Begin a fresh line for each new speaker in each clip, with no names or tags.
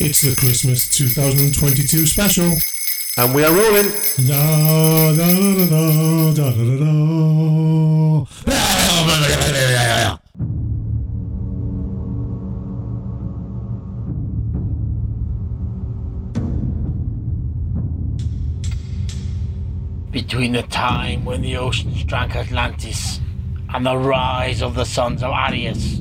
It's the Christmas 2022 special.
And we are rolling.
Da, da, da, da, da, da, da, da.
between the time when the oceans drank Atlantis and the rise of the sons of Arius,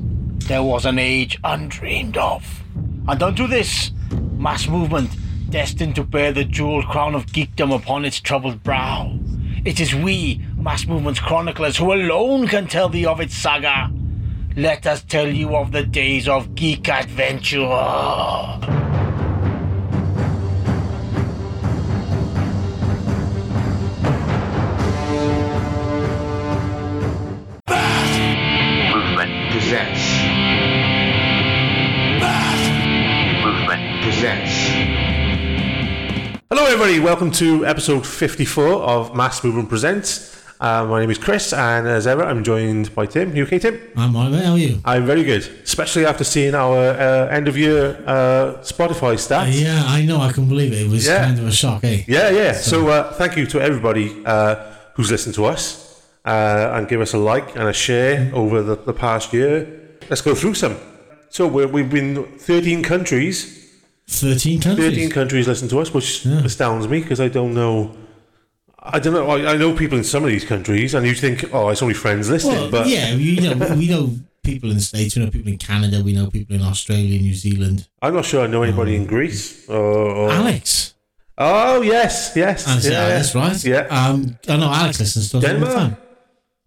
there was an age undreamed of. And unto this, mass movement destined to bear the jeweled crown of geekdom upon its troubled brow. It is we, mass movement's chroniclers, who alone can tell thee of its saga. Let us tell you of the days of geek adventure.
Movement presents. Movement presents.
Hello, everybody. Welcome to episode 54 of Mass Movement Presents. Uh, my name is Chris, and as ever, I'm joined by Tim. You okay, Tim?
I'm all right, how are you?
I'm very good, especially after seeing our uh, end of year uh, Spotify stats.
Yeah, I know, I can believe it. It was
Yeah.
kind of a shock, eh?
Yeah, yeah. So uh, thank you to everybody uh, who's listened to us uh, and give us a like and a share over the, the past year. Let's go through some. So we're, we've been 13 countries.
13 countries.
13 countries listen to us, which astounds me because I don't know. I don't know. I, I know people in some of these countries, and you think, oh, it's only friends listening.
Well,
but
yeah, you know, we know people in the States, we know people in Canada, we know people in Australia, New Zealand.
I'm not sure I know anybody in Greece. Or, or-
Alex.
oh, yes, yes.
That's,
yeah.
that's right.
Yeah.
Um, I know Alex listens to us all the
Denmark?
time.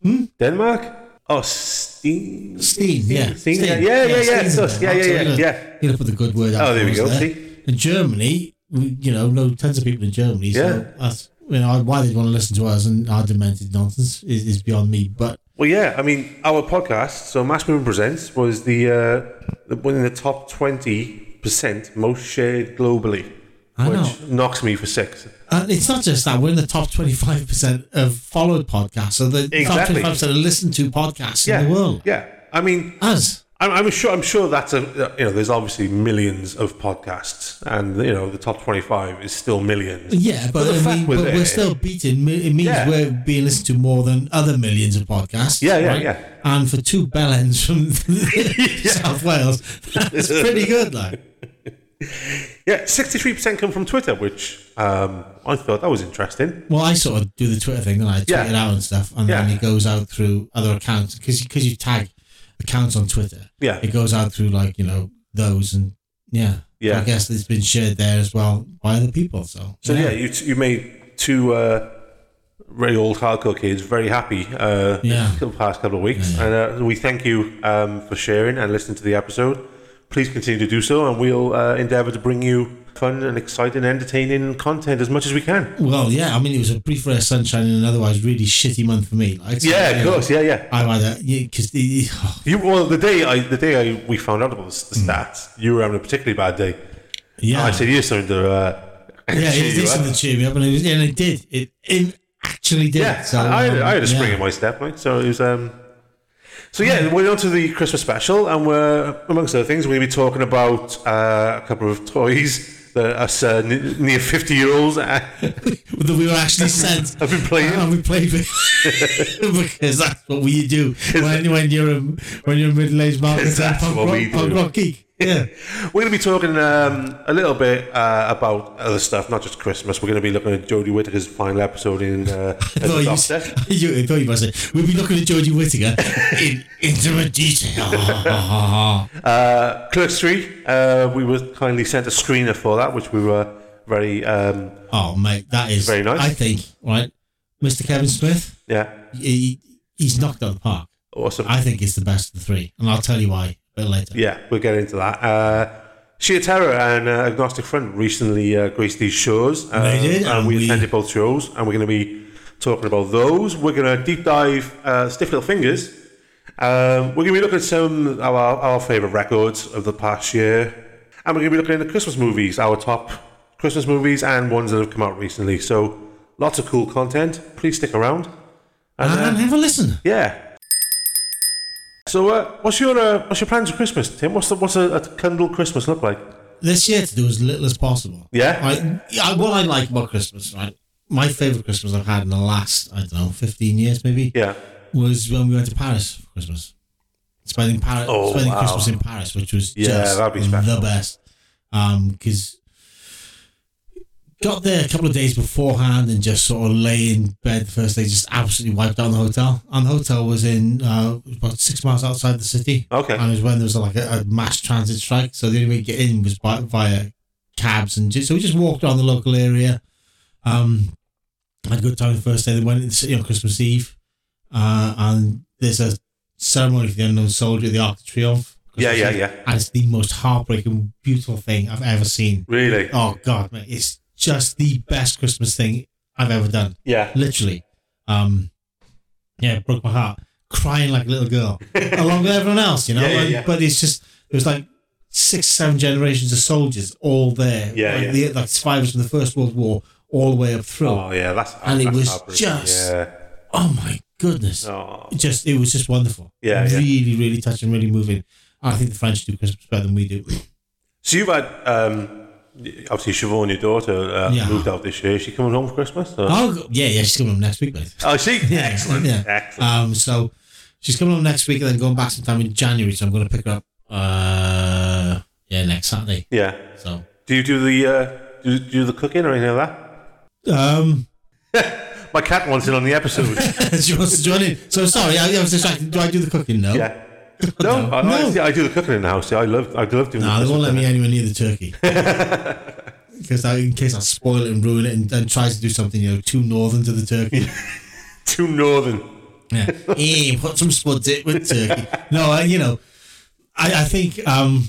Hmm?
Denmark? Oh, Steen.
Steen, yeah.
Steen, yeah, yeah, yeah, yeah,
Steen's
it's
in
us.
there.
Yeah,
So
yeah,
you know,
yeah,
You know, put the good word out.
Oh, there
for
we
us
go,
there.
see?
And Germany, we- you know, know tons of people in Germany. So
Yeah.
that's, you know, why they'd want to listen to us and our demented nonsense is, is beyond me. But
Well, yeah, I mean, our podcast, so Mass Movement Presents, was the, uh, the one in the top 20% most shared globally,
I
which
know.
knocks me for six.
And uh, it's not just that, we're in the top 25% of followed podcasts. So the
Exactly.
top 25% of listened to podcasts
Yeah,
in the world.
yeah. I mean,
Us.
I'm, I'm sure. I'm sure that's a uh, you know. There's obviously millions of podcasts, and you know the top 25 is still millions.
Yeah, but,
the
I
fact
mean,
was
but
there-
we're still beating. mi- It means
Yeah.
we're being listened to more than other millions of podcasts.
Yeah, yeah,
right?
yeah.
And for two bellends from South Wales, that's pretty good, like.
Yeah, 63% come from Twitter, which um, I thought that was interesting.
Well, I sort of do the Twitter thing, and I tweet
Yeah.
it out and stuff, and
Yeah.
then it goes out through other accounts because because you tag accounts on Twitter.
Yeah.
it goes out through like you know those and yeah,
Yeah.
I guess it's been shared there as well by other people. So
So yeah, you, you made two uh, very old hardcore kids very happy uh,
Yeah.
the past couple of weeks, and uh, we thank you um, for sharing and listening to the episode. Please continue to do so, and we'll uh, endeavour to bring you fun and exciting, entertaining content as much as we can.
Well, yeah, I mean it was a brief ray of sunshine in an otherwise really shitty month for me. Like, so,
Yeah,
you
of
know,
course, yeah, yeah.
I've had a because oh,
You well, the day I the day I we found out about the s- the stats, you were having a particularly bad day.
Hmm. yeah,
I said, "Here's something to." Uh,
yeah,
cheer
it
you
did
up."
something to cheer me up, and it was, and it did, it, it actually did.
Yeah,
so,
I, I had, I had a
um,
spring
yeah.
in my step, mate. So it was. Um, so yeah, we're on to the Christmas special, and we're amongst other things, we're going to be talking about uh, a couple of toys that us uh, n- near fifty-year-olds uh,
that we were actually sent.
have been playing.
And we played with because that's what we do when, when you're a when you're a middle aged man
Because
with a
that's
punk
what
rock,
we
punk
do.
rock geek. Yeah,
we're going to be talking um, a little bit uh, about other stuff, not just Christmas. We're going to be looking at Jodie Whittaker's final episode in uh, as
I
the
Oh, you,
Doctor.
s- you, I thought you might say we'll be looking at Georgie Whittaker in intimate detail.
Uh, Clerks Three, uh, we were kindly sent a screener for that, which we were very um,
oh mate, that is
Very nice.
I think right, Mr. Kevin Smith,
yeah
he, he's knocked out of the park.
awesome.
I think it's the best of the three, and I'll tell you why a bit later.
Yeah, we'll get into that. Uh, Sheer Terror and uh, Agnostic Front recently uh, graced these shows. Uh,
They did,
And
and
we
we-
attended both shows, and we're going to be talking about those. We're going to deep dive uh, Stiff Little Fingers. Um, we're going to be looking at some of our, our favourite records of the past year. And we're going to be looking at the Christmas movies, our top Christmas movies and ones that have come out recently. So lots of cool content. Please stick around. And,
And,
uh,
have a listen.
yeah. So, uh, what's your uh, what's your plans for Christmas, Tim? What's the, what's a, a Kendall Christmas look like?
this year to do as little as possible.
Yeah.
I, yeah, what I like about Christmas, right? My favorite Christmas I've had in the last, I don't know, 15 years maybe,
Yeah.
was when we went to Paris for Christmas. Spending Paris,
Oh,
spending
wow.
Christmas in Paris, which was
Yeah,
just
that'd be special.
the best. Um, because got there a couple of days beforehand and just sort of lay in bed the first day, just absolutely wiped out in the hotel. And the hotel was in uh, about six miles outside the city.
Okay.
And it was when there was like a, a mass transit strike, so the only way to get in was by, via cabs, and just, so we just walked around the local area. Um, had a good time the first day. Then went in the city on Christmas Eve, uh, and there's a ceremony for the unknown soldier, at the Arc de Triomphe.
Yeah, yeah, yeah.
And it's the most heartbreaking, beautiful thing I've ever seen.
Really?
Oh God, mate, it's just the best Christmas thing I've ever done
Yeah.
literally. Um, yeah, it broke my heart, crying like a little girl, along with everyone else, you know.
Yeah, yeah,
And-
yeah.
But it's just it was like six, seven generations of soldiers all there.
Yeah,
like,
yeah.
The, like survivors from the First World War all the way up through.
Oh
Oh,
yeah, that's
And it
that's
was
heartbreaking.
just-
yeah.
my goodness!
Oh.
It Just it was just wonderful.
Yeah, yeah.
really, really touching, really moving. I think the French do Christmas better than we do.
So you've had um, obviously Siobhan, your daughter, uh,
Yeah.
moved out this year. Is she coming home for Christmas? Or?
Oh go- yeah, yeah, she's coming up next week, mate.
Oh, she
Yeah,
excellent,
yeah.
excellent.
Um, so she's coming on next week and then going back sometime in January. So I'm going to pick her up. Uh, yeah, next Saturday.
yeah.
So
Do you do the uh, do, do the cooking or anything like that?
um,
My cat wants it on the episode.
she wants to join in. So sorry, I, I was distracted. Do I do the cooking? No.
yeah. No, I, I,
No.
see, I do the cooking in the house. Yeah, I love I love doing.
No,
the
they won't
Christmas
let me
dinner.
anywhere near the turkey. Because I, in case I spoil it and ruin it and, and tries to do something, you know, too northern to the turkey.
Too northern.
Yeah. Eh, put some spuds in with turkey. No, I, you know, I, I think um,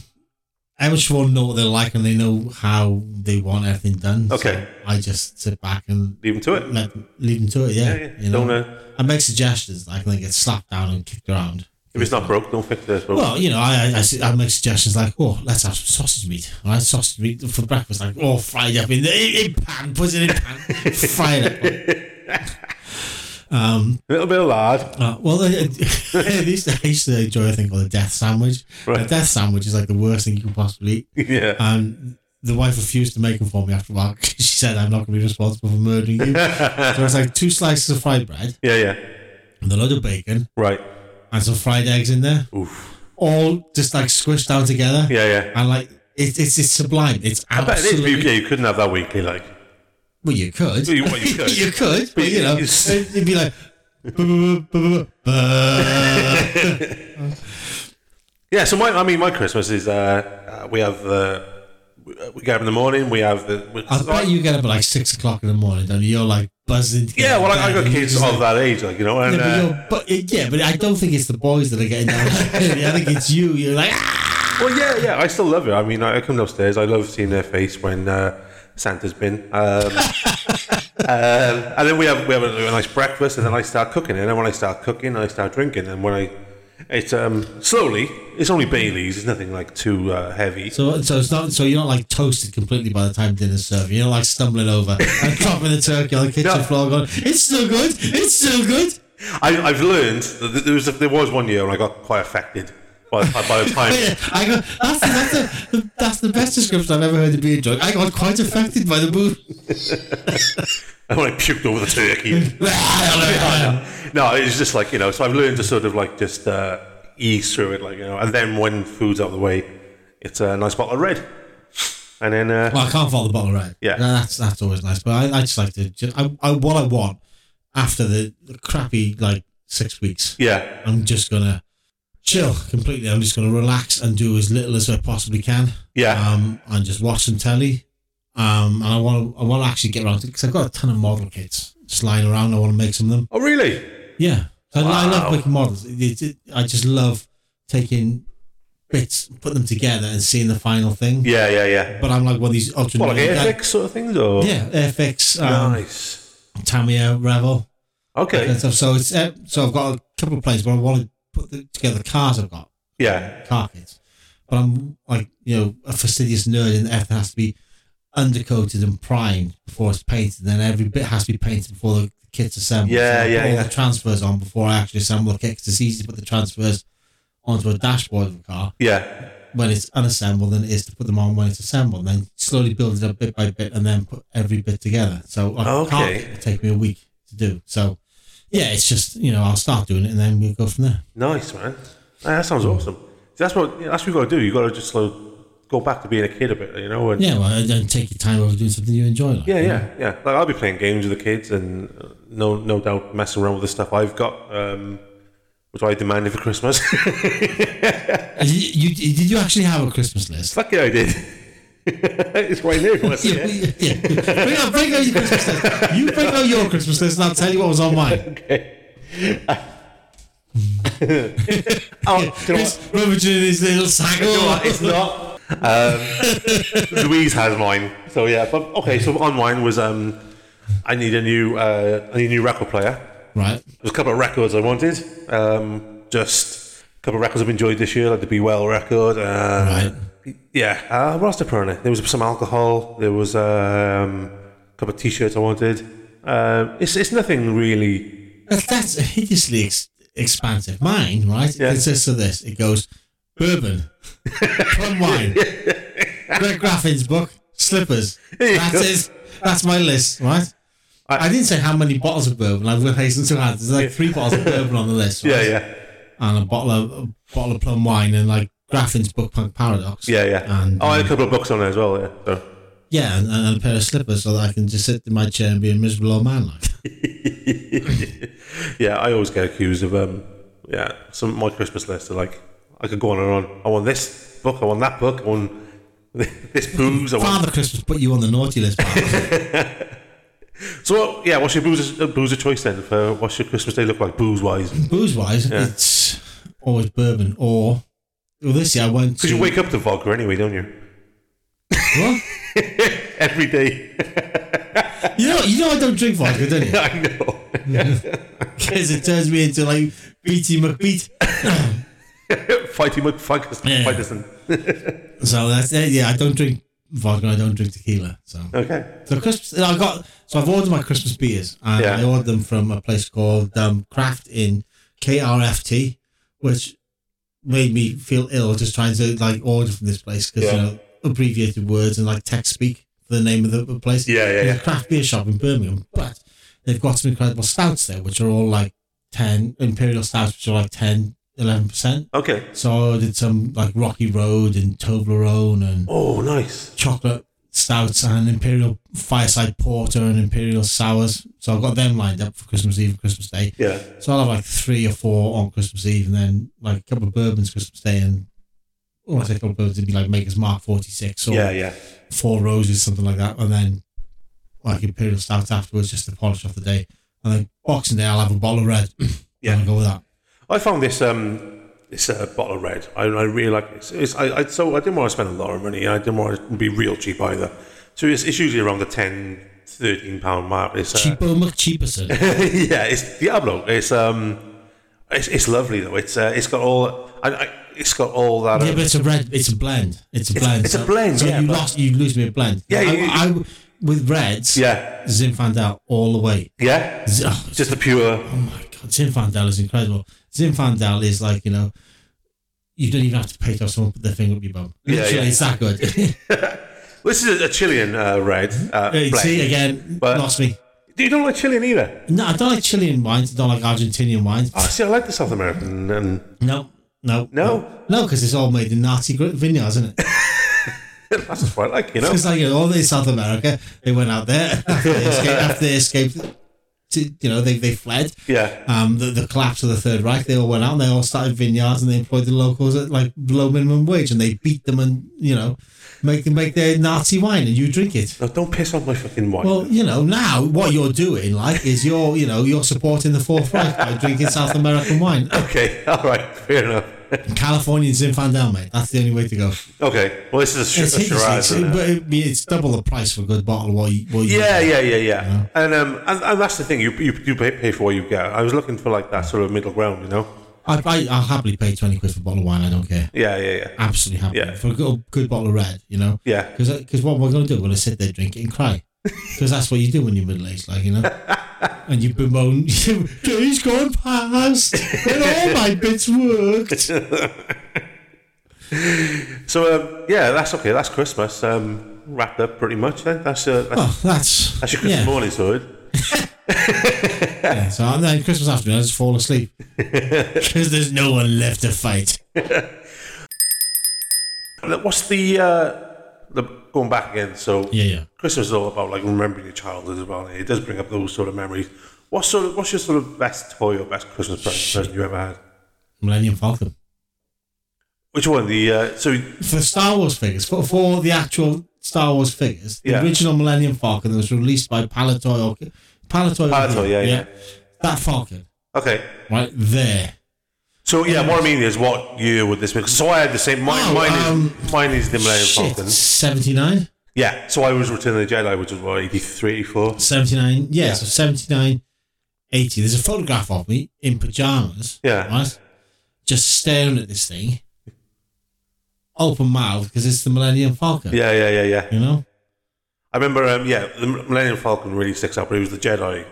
Emma Schwan know what they're like and they know how they want everything done.
Okay.
So I just sit back and
Leave 'em to it.
let, leave them to it, yeah.
Yeah, yeah.
You know?
Don't, uh,
I make suggestions, like, and they get slapped down and kicked around.
If it's not broke, don't fix it. I suppose.
Well, you know, I, I- I, s- I make suggestions like, oh, let's have some sausage meat. All right, sausage meat for breakfast, like, oh, fried up in the in, in pan, put it in pan, fry it up. um,
a little bit of lard.
Uh, well, they, they used to, I used to enjoy a thing called a death sandwich.
Right.
A death sandwich is like the worst thing you can possibly eat.
yeah.
And the wife refused to make them for me after a while 'cause she said, I'm not going to be responsible for murdering you. so it's like two slices of fried bread
yeah, yeah.
and a load of bacon
Right.
and some fried eggs in there.
Oof.
All just like squished down together.
Yeah, yeah.
And like, it, it's, it's sublime. It's
I bet it is.
absolutely.
but Yeah, you couldn't have that weekly, like.
Well, you could.
You- well, you could.
you could. But, you
you-
know,
you s-
it'd be like. "Bu- bu- bu- bu- bu- bu."
Yeah, so my, I mean, my Christmas is uh, uh, we have uh, we we get up in the morning. We have the. We,
I bet you get up at like six o'clock in the morning, don't you? You're like buzzing. to get
yeah,
out
well,
of
I, I
bed
got
and you're
kids
just
of
like-
that age, like you know, and
Yeah, but,
uh,
you're, but it- yeah, but I don't think it's the boys that are getting down. I think it's you. You're like, ah!
well, yeah, yeah, I still love it. I mean, I, I come upstairs. I love seeing their face when uh, Santa's been. Um, um, and then we have we have a, a nice breakfast, and then I start cooking. And then when I start cooking, I start drinking. And when I, it's um slowly. It's only Bailey's. It's nothing like too uh, heavy.
so so it's not so you're not like toasted completely by the time dinner's served. You're not like stumbling over and dropping the turkey on the kitchen
No.
floor, going, "It's still good, it's still good."
I, I've learned that there was there was one year when I got quite affected by by the time.
Yeah, I got that's the, that's the that's the best description I've ever heard of being drunk. I got quite affected by the booze.
And when I puked over the turkey. no, it's just like, you know, so I've learned to sort of like just uh, ease through it, like, you know, and then when food's out of the way, it's a nice bottle of red. And then, uh,
Well, I can't follow the bottle right.
Yeah.
No, that's that's always nice. But I, I just like to just I, I what I want after the, the crappy like six weeks.
yeah,
I'm just gonna chill completely. I'm just gonna relax and do as little as I possibly can.
Yeah.
Um, and just watch some telly. Um, and I want to I want to actually get around to because I've got a ton of model kits just lying around. I want to make some of them.
Oh, really?
Yeah. So I, I
Wow.
love making models. It- it- it- I just love taking bits, put them together, and seeing the final thing.
Yeah, yeah, yeah.
But I'm like one of these ultra.
What, like
nerdy guys.
Airfix sort of things? Or?
Yeah, FX, um,
Nice.
Tamiya Revel.
Okay.
and stuff. So it's uh, so I've got a couple of planes, but I want to put the, together the cars I've got,
Yeah.
car kits. But I'm like you know a fastidious nerd, and everything has to be undercoated and primed before it's painted. Then every bit has to be painted before the kit's assembled.
Yeah,
so I put
yeah,
All
yeah.
the transfers on before I actually assemble the kit 'cause it's easy to put the transfers onto a dashboard of a car
Yeah.
when it's unassembled than it is to put them on when it's assembled. And then slowly build it up bit by bit and then put every bit together. So like,
Okay.
it take me a week to do. So yeah, it's just you know I'll start doing it and then we'll go from there.
Nice, man. Yeah, that sounds awesome. That's what yeah, that's what you got to do. You got to just slow, go back to being a kid a bit, you know. And yeah,
Yeah, well, then take your time over doing something you enjoy. Like.
yeah, yeah, Like I'll be playing games with the kids, and uh, no, no doubt messing around with the stuff I've got, um, which I demanded for Christmas.
Uh, You, you, did you actually have a Christmas list?
Lucky I did. it's right there. you wanna see it?
yeah. yeah. Bring, out, bring out your Christmas list. You bring out your Christmas list, and I'll tell you what was on mine.
Oh, do you know
It's
what?
rummaging in his little sack.
You know what? It's not. Um, Louise has mine. So yeah, but okay. So on mine was um, I need a new uh, I need a new record player.
Right.
There's a couple of records I wanted. Um, just a couple of records I've enjoyed this year, like the Be Well record. Uh, Yeah. Uh, what else did I put on it? There was some alcohol. There was um, a couple of t-shirts I wanted. Uh, it's it's nothing really.
That's, that's hideously ex- expansive. Mine, right? It consists of this. It goes bourbon, plum wine, Greg Graffin's book, slippers.
you
That's
go.
it. That's my list, right? I, didn't say how many bottles of bourbon. I will hasten to add. There's like three bottles of bourbon on the list. Right?
Yeah, yeah,
And a bottle of a bottle of plum wine and like Graffin's book, Punk Paradox.
yeah, yeah.
And,
oh, I had a couple of books on there as well. Yeah. So.
Yeah, and, and a pair of slippers so that I can just sit in my chair and be a miserable old man. Like,
yeah, I always get accused of um, yeah, some my Christmas list are like I could go on and on. I want this book. I want that book. I want this booze. I want
Father Christmas put you on the naughty list. pal.
so yeah. What's your booze? Uh, booze of choice then? For what's your Christmas day look like booze wise?
Booze wise, it's always bourbon or. Well, this year I went to.
Because you wake up to vodka anyway, don't you?
What?
Every day.
You know, you know I don't drink vodka, don't you?
I know.
Because it turns me into like Beaty McBeat.
Fighting McFuckers.
Yeah.
Fighterson.
So that's it. Yeah, I don't drink vodka. I don't drink tequila. So
Okay.
so Christmas. and I got so I've ordered my Christmas beers and
Yeah.
I ordered them from a place called um, Craft in KRFT, which made me feel ill just trying to like order from this place because
Yeah.
you know abbreviated words and like text speak for the name of the the place.
Yeah, yeah,
There's
yeah.
a craft beer shop in Birmingham, but they've got some incredible stouts there, which are all like ten imperial stouts, which are like 10 11 percent.
Okay.
So I ordered some like Rocky Road and Toblerone and
Oh, nice.
chocolate stouts and imperial fireside porter and imperial sours. So I've got them lined up for Christmas Eve and Christmas Day.
Yeah.
So I'll have like three or four on Christmas Eve and then like a couple of bourbons Christmas Day and oh, I say a couple of bourbons would be like Maker's Mark 46 or
Yeah, yeah.
Four Roses, something like that. And then like imperial stout afterwards just to polish off the day. And then Boxing Day, I'll have a bottle of red.
Yeah.
And I'll go with that.
I found this um this uh, bottle of red. I, I really like it. It's, it's, I, I so I didn't want to spend a lot of money. I didn't want to be real cheap either. So it's, it's usually around the 10 13 pound mark. It's uh,
Cheapo McCheaperson.
yeah, it's Diablo. It's um it's, it's lovely though. It's uh, it's got all I, I, it's got all that uh,
Yeah, but it's a red. It's a blend. It's a blend.
it's a
So-
blend,
So
yeah,
you
but-
lost. You lose me a blend.
Yeah,
I,
you-
I- with reds.
yeah.
Zinfandel all the way.
Yeah.
Z- oh,
Just the pure
oh my god, Zinfandel is incredible. Zinfandel is like you know, you don't even have to pay to have someone put their finger up your bum.
Yeah,
Literally,
yeah.
it's that good.
This is a, a Chilean uh, red. Uh, blend.
See again,
But-
lost me.
You don't like Chilean either.
No, I don't like Chilean wines. I don't like Argentinian wines.
Oh, see, I like the South American and
No, no,
No?
no, because it's all made in Nazi gr- vineyards, isn't it?
that's just what I like, you know.
It's like you know, all in South America, they went out there after they escaped. After they escaped to, you know, they, they fled.
Yeah.
Um, the, the collapse of the Third Reich, they all went out and they all started vineyards and they employed the locals at like low minimum wage and they beat them and you know, make them make their Nazi wine and you drink it.
No, don't piss off my fucking wine.
Well, you know, now what you're doing like is you're you know you're supporting the Fourth Reich by drinking South American wine,
okay, all right, fair enough.
Californian Zinfandel, mate. That's the only way to go.
Okay, well, this is a,
It's,
sh- a Shiraz.
it's,
isn't it?
but it, it's double the price for a good bottle. What you, what you
yeah, yeah, yeah, yeah. And um, and, and that's the thing. You you do pay, pay for what you get. I was looking for like that sort of middle ground, you know.
I, I, I'll happily pay 20 quid for a bottle of wine. I don't care.
Yeah, yeah, yeah.
Absolutely happy.
Yeah.
For a good, good bottle of red, you know?
Yeah.
Because what we're going to do, we're going to sit there, drink it, and cry. Because that's what you do when you're middle aged, like, you know? And you bemoan, he's gone past, and all my bits worked.
So um, yeah, that's okay. That's Christmas um, wrapped up pretty much. Then that's uh, that's,
Oh, that's
that's your
yeah,
Christmas morning hood.
yeah. So and then Christmas afternoon, I just fall asleep because there's no one left to fight.
Look, What's the uh, the going back again? So
Yeah, yeah.
Christmas is all about like remembering your childhood as well. It does bring up those sort of memories. What sort of what's your sort of best toy or best Christmas present, present you ever had?
Millennium Falcon
Which one? The uh, so
for Star Wars figures for, for the actual Star Wars figures. The
Yeah.
original Millennium Falcon that was released by Palatoy. or- Palatoy.
Palatoy, yeah, yeah.
That Falcon
okay.
right there.
So yeah, what I mean is, what year would this be? So I had the same. Mine,
Oh,
mine is
um,
mine is the Millennium
Shit,
Falcon.
79?
Yeah. So I was Return of the Jedi, which was what 83, 84.
79, yeah, so 79, 80. There's a photograph of me in pajamas.
Yeah.
Right? Just staring at this thing, open mouth, because it's the Millennium Falcon.
Yeah, yeah, yeah, yeah.
You know?
I remember, um, yeah, the Millennium Falcon really sticks out, but it was the Jedi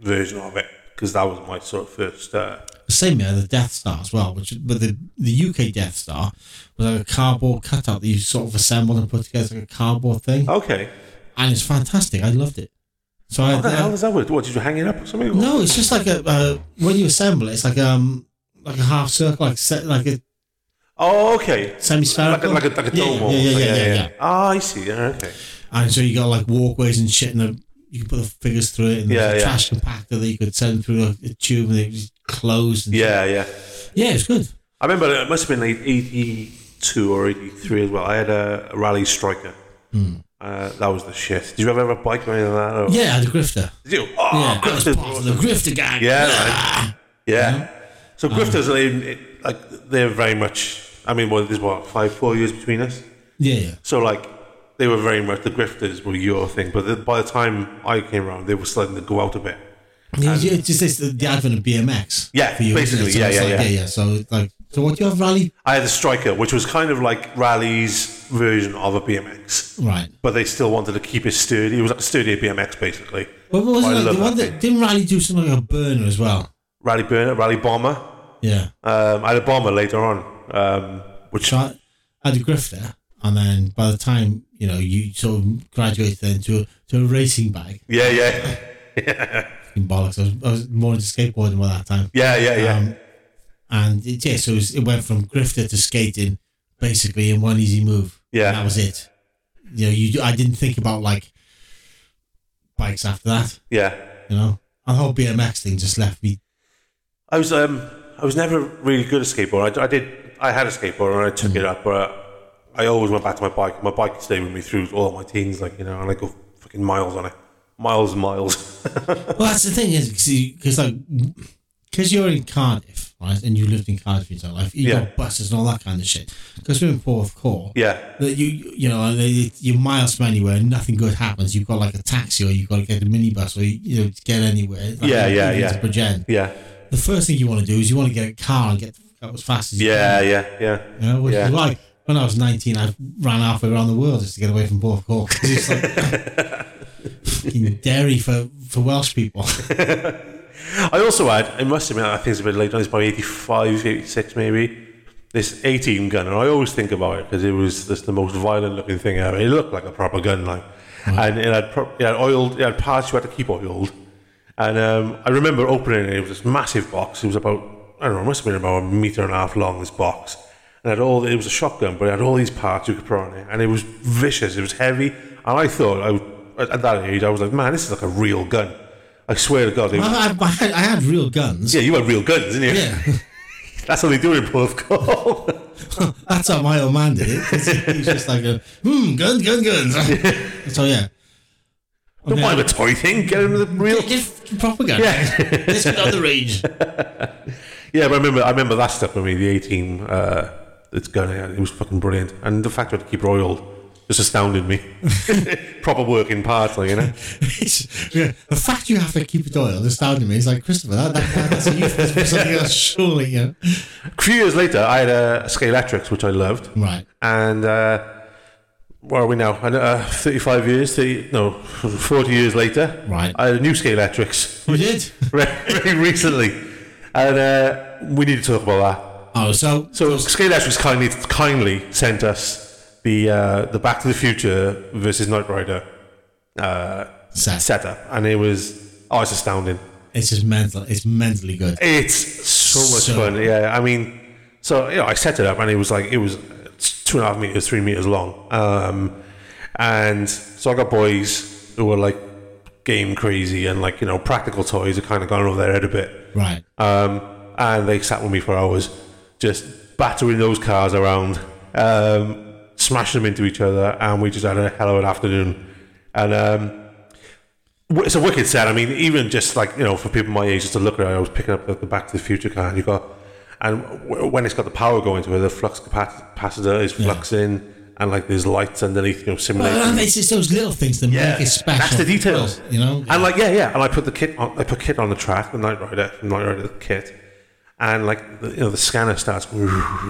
version of it because that was my sort of first. Uh,
Same year, the Death Star as well, which but the the UK Death Star was like a cardboard cutout that you sort of assembled and put together like a cardboard thing,
okay,
and it's fantastic. I loved it. So I,
what the
I-
hell is that with? What did you hang it up or something?
No, it's just like a uh, when you assemble it, it's like um like a half circle, like set like a
Oh, okay. Like a,
semi-spherical,
like a, like a
Yeah,
dome.
yeah,
or-
yeah, yeah, yeah, yeah.
Ah, I see. Yeah, okay.
and so you got like walkways and shit, and the, you can put the figures through it, and
Yeah,
there's a
yeah.
trash compactor that you could send through a, a tube, and it just closed. And
Yeah, yeah.
yeah, it's good.
I remember it must have been like 82 or 83 as well. I had a, a rally striker. Uh, that was the shit. Did you ever have a bike or anything like that? Or,
Hmm. Yeah, the grifter.
Did you? Oh,
Yeah, that was
Grifters.
part of the grifter gang.
Yeah, right. Yeah. So grifters, um, like they're very much. I mean, well, there's what five, four years between us.
yeah, yeah.
So like, they were very much the grifters were your thing. But the, by the time I came around, they were starting to go out a bit.
It's- it's just it's the, the advent of BMX.
Yeah,
for you, isn't
basically,
it? So
yeah,
it's
yeah,
like,
yeah.
yeah, yeah. So it's like, so what do you have rally?
I had the striker, which was kind of like Rally's version of a BMX,
Right.
but they still wanted to keep it sturdy. It was like a sturdier BMX, basically.
But was
I
it like
love
the one
that
that didn't rally do something like a burner as well?
Rally burner, rally bomber.
Yeah.
Um, I had a bomber later on, um, which
So I had a grifter, and then by the time you know you sort of graduated then to a, to a racing bike,
yeah, yeah,
in bollocks. I was, I was more into skateboarding by that time,
yeah, yeah, yeah.
Um, and it, yeah, so it, was, it went from grifter to skating, basically in one easy move.
Yeah.
that was it. You know, you I didn't think about like bikes after that.
yeah.
You know, and the whole BMX thing just left me.
I was um I was never really good at skateboard. I, I did I had a skateboard and I took it up, but I always went back to my bike. My bike stayed with me through all my teens, like you know, and I go fucking miles on it, miles and miles.
Well, that's the thing is because like because you're in Cardiff, right, and you lived in Cardiff your entire life. You
Yeah.
got buses and all that kind of shit. Because we're in Porth Core.
yeah,
That you you know and they- you're miles from anywhere and nothing good happens. You've got like a taxi or you've got to get a minibus or you, you know to get anywhere. Like,
Yeah, yeah,
even
yeah.
To Bridgend.
yeah,
The first thing you want to do is you want to get a car and get the fuck out as fast as you
yeah, yeah, yeah.
can. You know, which
yeah.
is like when I was 19, I ran halfway around the world just to get away from Porth Core. 'Cause It's like fucking dairy for for Welsh people.
I also had, I must admit, I think it's a bit late on, it's probably 85, 86 maybe, this 18 gun, and I always think about it because it was just the most violent looking thing ever. It looked like a proper gun, like, and it had, pro- it had oiled, it had parts you had to keep oiled. And um, I remember opening it, it was this massive box, it was about, I don't know, it must have been about a meter and a half long, this box. And it had all, it was a shotgun, but it had all these parts you could put on it, and it was vicious, it was heavy, and I thought, I, at- at that age, I was like, man, this is like a real gun. I swear to God, it was
I, I, I, had, I had real guns.
yeah, you had real guns, didn't you?
Yeah.
That's how they do it in Perth Call.
That's how my old man did it. 'cause he- He's just like, a, hmm, gun, gun, guns. so, yeah.
Don't
Okay.
buy the toy thing, get him the real.
Just proper gun.
Yeah.
Let's get on the range.
yeah, but I remember, I remember that stuff. I mean, the 18, uh, it's gun, yeah, it was fucking brilliant. And the fact that it keep roiled just astounded me. Proper working parts, like, you know?
It's- yeah, The fact you have to keep it oiled astounded me. It's like, Christopher, that, that, that's a euphemism for something else, surely. Yeah.
A few years later, I had a, a Scalextrix, which I loved.
Right.
And uh, where are we now? I don't- Uh, 35 years, 30, no, 40 years later,
Right.
I had a new Scalextrix.
You did?
very very recently, and uh, we need to talk about
Oh, so
So Scale Ash was kindly kindly sent us the uh, the Back to the Future versus Knight Rider
sad.
setup, and it was oh, it's astounding.
It's just mental. It's mentally good.
It's so much
So-
fun. Yeah, I mean, so you know, I set it up, and it was like it was two and a half meters, three meters long. Um, and so I got boys who were like game crazy, and like you know, practical toys had kind of gone over their head a bit.
Right.
um, and they sat with me for hours, just battering those cars around, um, smashing them into each other, and we just had a hell of an afternoon. And um, w- it's a wicked set. I mean, even just like you know, for people my age, just to look at it, I was picking up the, the Back to the Future car, and you got, and w- when it's got the power going to it, the flux capac- capacitor is fluxing, and like there's lights underneath, you know, simulating.
Well, uh, it's just those little things that
Yeah,
make it special.
that's the details.
You know.
And like, yeah, yeah. And I put the kit on. I put kit on the track, the Night Rider, the Night Rider kit, and like, the, you know, the scanner starts. And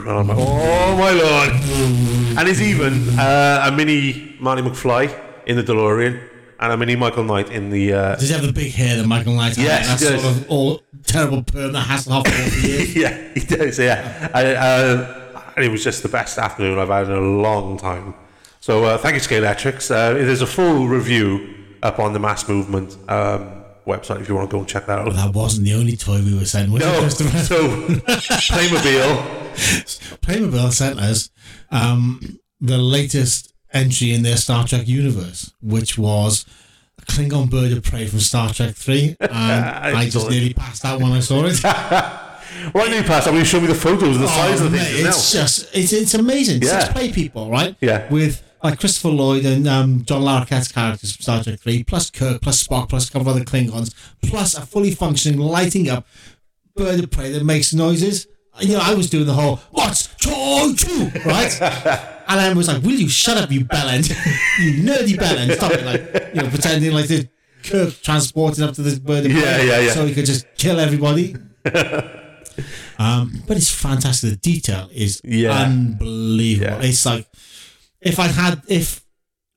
I'm like, oh my lord! And it's even uh, a mini Marty McFly in the DeLorean and a mini Michael Knight in the. Uh,
Does he have the big hair that Michael Knight had?
Yes,
That's
he does.
sort of all terrible perm that Hasselhoff wore for years.
yeah, he does. Yeah, and, uh, and it was just the best afternoon I've had in a long time. So uh, thank you, Scale Electrics. Uh, there's a full review up on the Mass Movement um, website if you want to go and check that out.
That wasn't the only toy we were sent. Was
No,
it just about
so Playmobil.
Playmobil sent us um, the latest entry in their Star Trek universe, which was a Klingon bird of prey from Star Trek Three, and I,
saw
just
it.
nearly passed out when I saw it.
Why didn't you pass? I mean, you showed me the photos and the size of the
Oh, mate,
things
It's
now.
just it's it's amazing.
Yeah.
Six play people, right?
Yeah.
With like Christopher Lloyd and um, John Larroquette's characters from Star Trek Three, plus Kirk, plus Spock, plus a couple of other Klingons, plus a fully functioning lighting up bird of prey that makes noises. You know, I was doing the whole "What's Troy Two, right? and I was like, "Will you shut up, you bellend, you nerdy bellend? Stop it!" Like, you know, pretending like the Kirk transported up to this bird of
Yeah,
prey,
yeah, yeah.
so he could just kill everybody. Um, but it's fantastic. The detail is
Yeah.
unbelievable.
Yeah.
It's like if I had if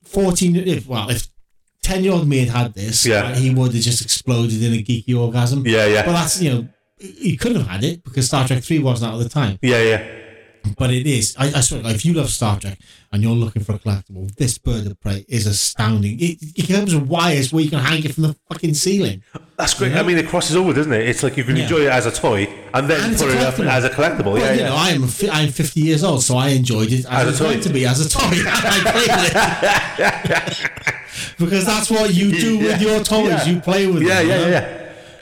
fourteen, if well, if ten year old me had had this,
Yeah.
uh, he would have just exploded in a geeky orgasm.
Yeah, yeah.
Well, that's you know, he couldn't have had it because Star Trek Three wasn't out at the time.
Yeah, yeah.
But it is. I, I swear, like, if you love Star Trek and you're looking for a collectible, this bird of prey is astounding. It, it comes with wires where you can hang it from the fucking ceiling.
That's great. I mean, it crosses over, doesn't it? It's like you can
Yeah.
enjoy it as a toy and then
And it's
put
a
it up
collectible.
as a collectible.
Well,
yeah,
you
yeah.
know, I am fi- I'm 50 years old, so I enjoyed it as,
a
it's
toy.
meant to be as a toy. I played with it. because that's what you do with
Yeah.
your toys.
Yeah.
You play with
yeah,
them.
yeah,
you
yeah,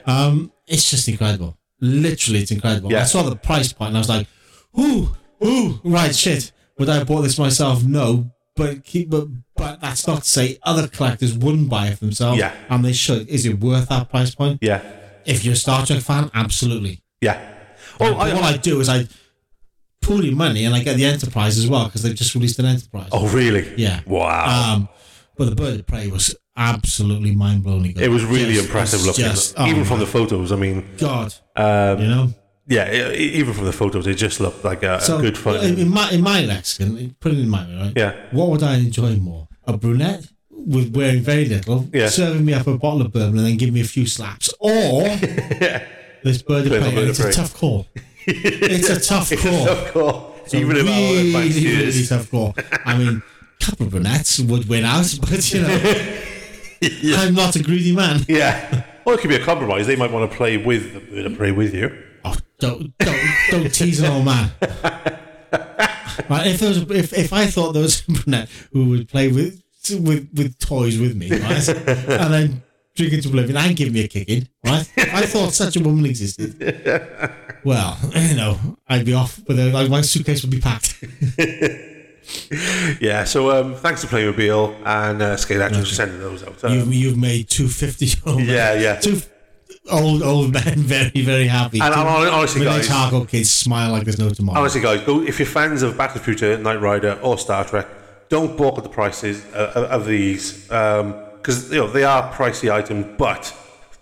know?
yeah.
It's just incredible. Literally, it's incredible.
Yeah.
I saw the price point and I was like, ooh, ooh, right, shit. Would I have bought this myself? No. But keep, but, but that's not to say other collectors wouldn't buy it for themselves.
Yeah.
And they should. Is it worth that price point?
Yeah.
If you're a Star Trek fan, absolutely.
Yeah. Oh,
But what
I,
I do is I pool your money and I get the Enterprise as well because they've just released an Enterprise.
oh, really?
yeah.
Wow.
Um, but the Bird of Prey was absolutely mind blowing.
it was really impressive looking, even from the photos. I mean,
oh God. Um, you know.
yeah, e- e- even from the photos, it just looked like a, a
So
good fun.
In, in my in my lexicon, put it in my right.
Yeah.
What would I enjoy more? A brunette with wearing very little,
Yeah.
serving me up a bottle of bourbon and then give me a few slaps, or this bird of prey.
Little bird
and
of
It's
prey.
a tough call. it's a tough call.
of course, even if
really,
I was
really, tough call. I mean, a couple of brunettes would win out, but you know, I'm not a greedy man.
Yeah. Or it could be a compromise. They might want to play with the bird of prey with you.
Oh, don't don't don't tease an old man. Right, if there was, if if I thought there was a brunette who would play with with with toys with me, right, and then drink into oblivion and give me a kicking, right? I thought such a woman existed. Well, you know, I'd be off with a, like my suitcase would be packed.
Yeah, so um, thanks to Playmobil and uh, Skate Actors for sending those out. Um,
You've, you've made two fifty year old
Yeah, yeah.
two f- old old men very very happy.
and I'm, hon- honestly,
Village
guys,
Hargo kids smile like there's no tomorrow.
honestly, guys, go if you're fans of Back to the Future, Knight Rider, or Star Trek, don't balk at the prices uh, of- of these because you know they are pricey items, but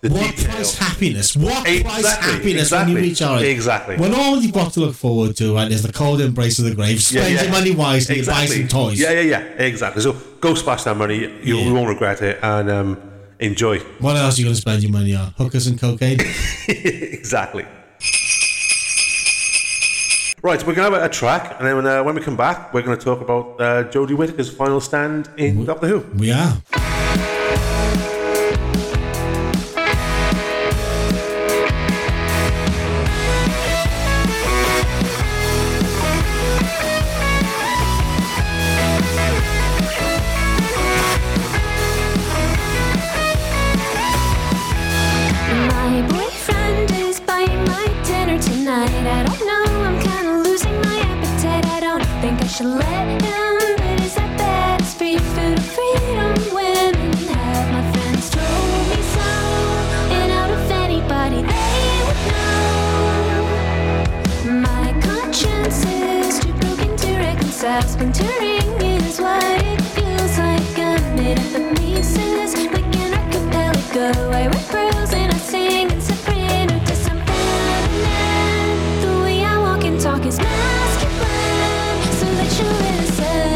the
what
detail.
price happiness? What price
Exactly,
happiness
exactly,
when you reach our age?
exactly.
When all you've got to look forward to, right, is the cold embrace of the grave. Spend your money wisely, buy some toys.
Yeah, yeah, yeah, exactly. So go splash that money. You
Yeah.
won't regret it, and um, enjoy.
What else are you going to spend your money on? Hookers and cocaine?
exactly. Right, we're going to have a track, and then uh, when we come back, we're going to talk about uh, Jodie Whittaker's final stand in
Mm-hmm.
Doctor Who.
We are.
My boyfriend is buying my dinner tonight. I don't know, I'm kinda losing my appetite. I don't think I should let him, but is that bad? It's free food, freedom, women have. My friends told me so, and out of anybody, they would know. My conscience is too broken to reconcile. Splintering is what it feels like. I'm made up of pieces, like an archipelago. I write prose and I sing in soprano to some feminine. The way I walk and talk is masculine, so that you listen.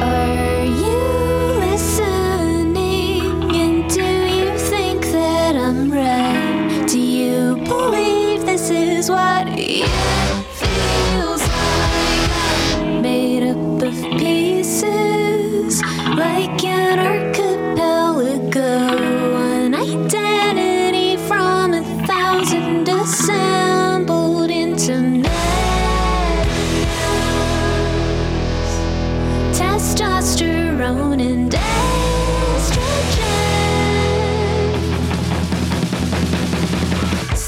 Are you listening? And do you think that I'm right? Do you believe this is what it feels like? I'm made up of pieces like an archipelago. One identity from a thousand assembled into madness testosterone and estrogen.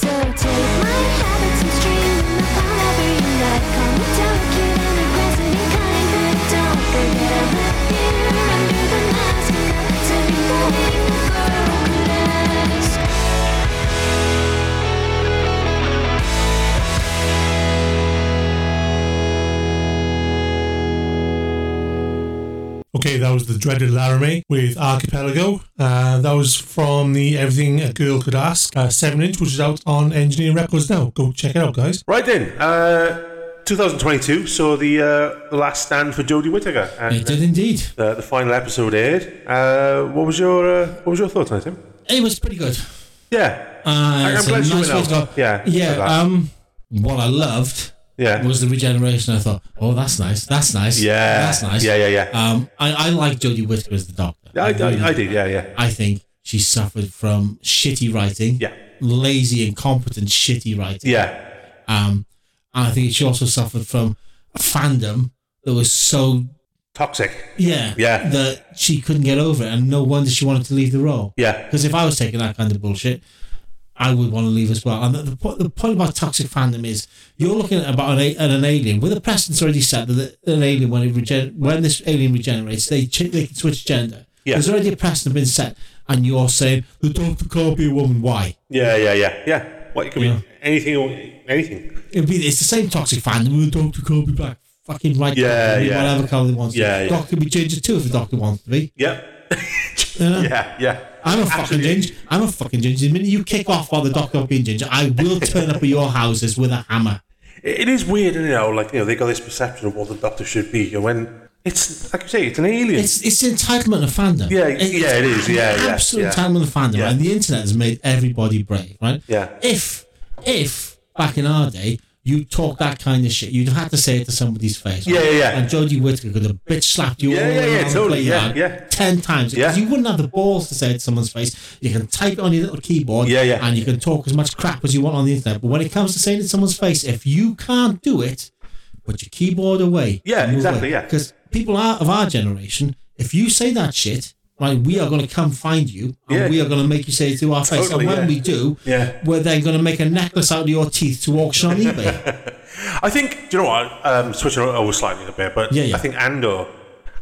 So take my habits and stream them up however you like. Call me delicate and aggressive and kind, but don't forget I live here under the mask. And that's everything a girl could ask.
Okay, that was the dreaded Laramie with Archipelago. Uh, that was from the Everything a Girl Could Ask uh, 7 inch, which is out on Engineer Records now. Go check it out, guys.
Right then, uh, 2022 saw the, uh, the last stand for Jodie Whittaker,
It
and
did indeed.
uh, the final episode aired. Uh, what was your uh, What was your thoughts on it, Tim?
It was pretty good.
Yeah,
Uh,
I'm
it's a
glad she
nice
went
way to
out.
go.
Yeah, I like
Yeah.
that.
Um, what I loved
yeah,
was the regeneration. I thought, oh, that's nice. That's nice.
yeah,
That's nice.
Yeah, yeah, yeah.
Um, I, I like Jodie Whittaker as the Doctor.
I,
really
I, I did. Yeah, yeah,
I think she suffered from shitty writing.
Yeah.
Lazy, incompetent, shitty writing.
yeah,
Um, and I think she also suffered from a fandom that was so
toxic.
yeah
Yeah.
that she couldn't get over it, and no wonder she wanted to leave the role.
Yeah,
Because if I was taking that kind of bullshit, I would want to leave as well. And the, the, po- the point about toxic fandom is you're looking at about an, a- at an alien with a precedent's already set that the- an alien when it regen- when this alien regenerates, they ch- they can switch gender.
Yeah.
There's already a precedent been set, and you're saying the doctor can't be a woman. Why?
yeah, yeah, yeah, yeah. What it could
Yeah.
be anything, or- anything.
It'd be it's the same toxic fandom. The doctor can't be black. Fucking right.
Yeah,
Doctor, be
yeah.
Whatever colour he wants. to be.
Yeah, yeah.
Doctor can be ginger too if the doctor wants to be.
Yep.
You know?
Yeah, yeah.
I'm a fucking ginger. I'm a fucking ginger. The minute you kick off while the doctor being ginger, I will turn up at your houses with a hammer.
It it is weird, you know, like, you know, they got this perception of what the doctor should be, and when it's, like you say, it's an alien.
It's it's entitlement of fandom.
Yeah,
It's
yeah, it is. Yeah, yeah,
absolute
yeah.
entitlement of fandom.
Yeah.
And the internet has made everybody brave, right?
Yeah.
If if back in our day you talk that kind of shit, you'd have had to say it to somebody's face. right?
Yeah, yeah, yeah.
And Jodie Whittaker could have bitch slapped you
Yeah,
all
yeah, yeah,
around the
totally, yeah,
playground
yeah.
ten times because
Yeah.
you wouldn't have the balls to say it to someone's face. You can type it on your little keyboard.
Yeah, yeah.
And you can talk as much crap as you want on the internet. But when it comes to saying it to someone's face, if you can't do it, put your keyboard away.
Yeah, exactly, yeah.
Because people are, of our generation, if you say that shit, right, we are going to come find you and
Yeah.
we are going to make you say it to our face.
Totally,
And when
yeah.
we do,
Yeah.
we're then going to make a necklace out of your teeth to auction on eBay.
I think, do you know what? Um, switching over slightly a bit, but
Yeah, yeah.
I think Andor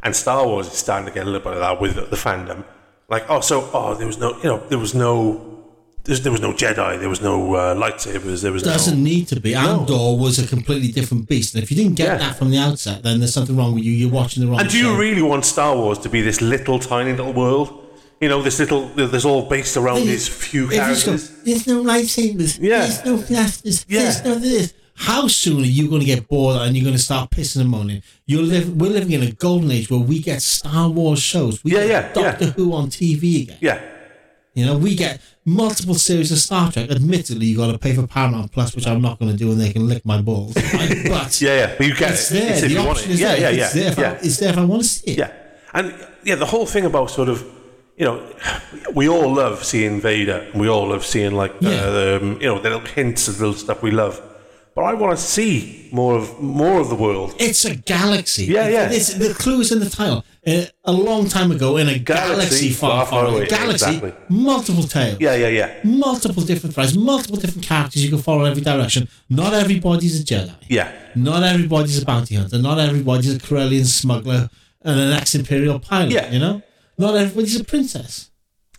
and Star Wars is starting to get a little bit of that with the, the fandom. Like, oh, so, oh, there was no, you know, there was no there's- there was no Jedi, there was no uh, lightsabers, there was
doesn't
no.
need to be. Andor was a completely different beast, and if you didn't get
Yeah.
that from the outset, then there's something wrong with you. You're watching the wrong.
And do you
show.
really want Star Wars to be this little tiny little world? You know, this little, this all based around
Thing
these
is,
few
if you just go,
characters.
There's no lightsabers.
Yeah.
There's no blasters.
Yeah.
There's no this. How soon are you going to get bored and you're going to start pissing and moaning? You're live, we're living in a golden age where we get Star Wars shows. We
Yeah,
get
yeah, yeah.
Doctor Who on TV again.
Yeah,
You know, we get multiple series of Star Trek. Admittedly, you got to pay for Paramount Plus, which I'm not going to do, and they can lick my balls. right? But
yeah, yeah. But you get
it's
it.
there.
It's
the
if you want
option
it.
is
yeah,
there.
yeah, yeah,
It's there. If
yeah.
I, it's there if I want to see it.
Yeah, and yeah, the whole thing about sort of, you know, we all love seeing Vader. We all love seeing like
Yeah.
uh, the, um, you know the little hints of the little stuff we love. But I want to see more of more of the world.
It's a galaxy.
Yeah, yeah.
It's, the clue is in the title. Uh, a long time ago, in a galaxy, far, far, away. Galaxy,
exactly.
multiple tales.
Yeah, yeah, yeah,
Multiple different threads, multiple different characters you can follow in every direction. Not everybody's a Jedi.
yeah,
Not everybody's a bounty hunter. Not everybody's a Corellian smuggler and an ex-imperial pilot.
Yeah.
You know, not everybody's a princess.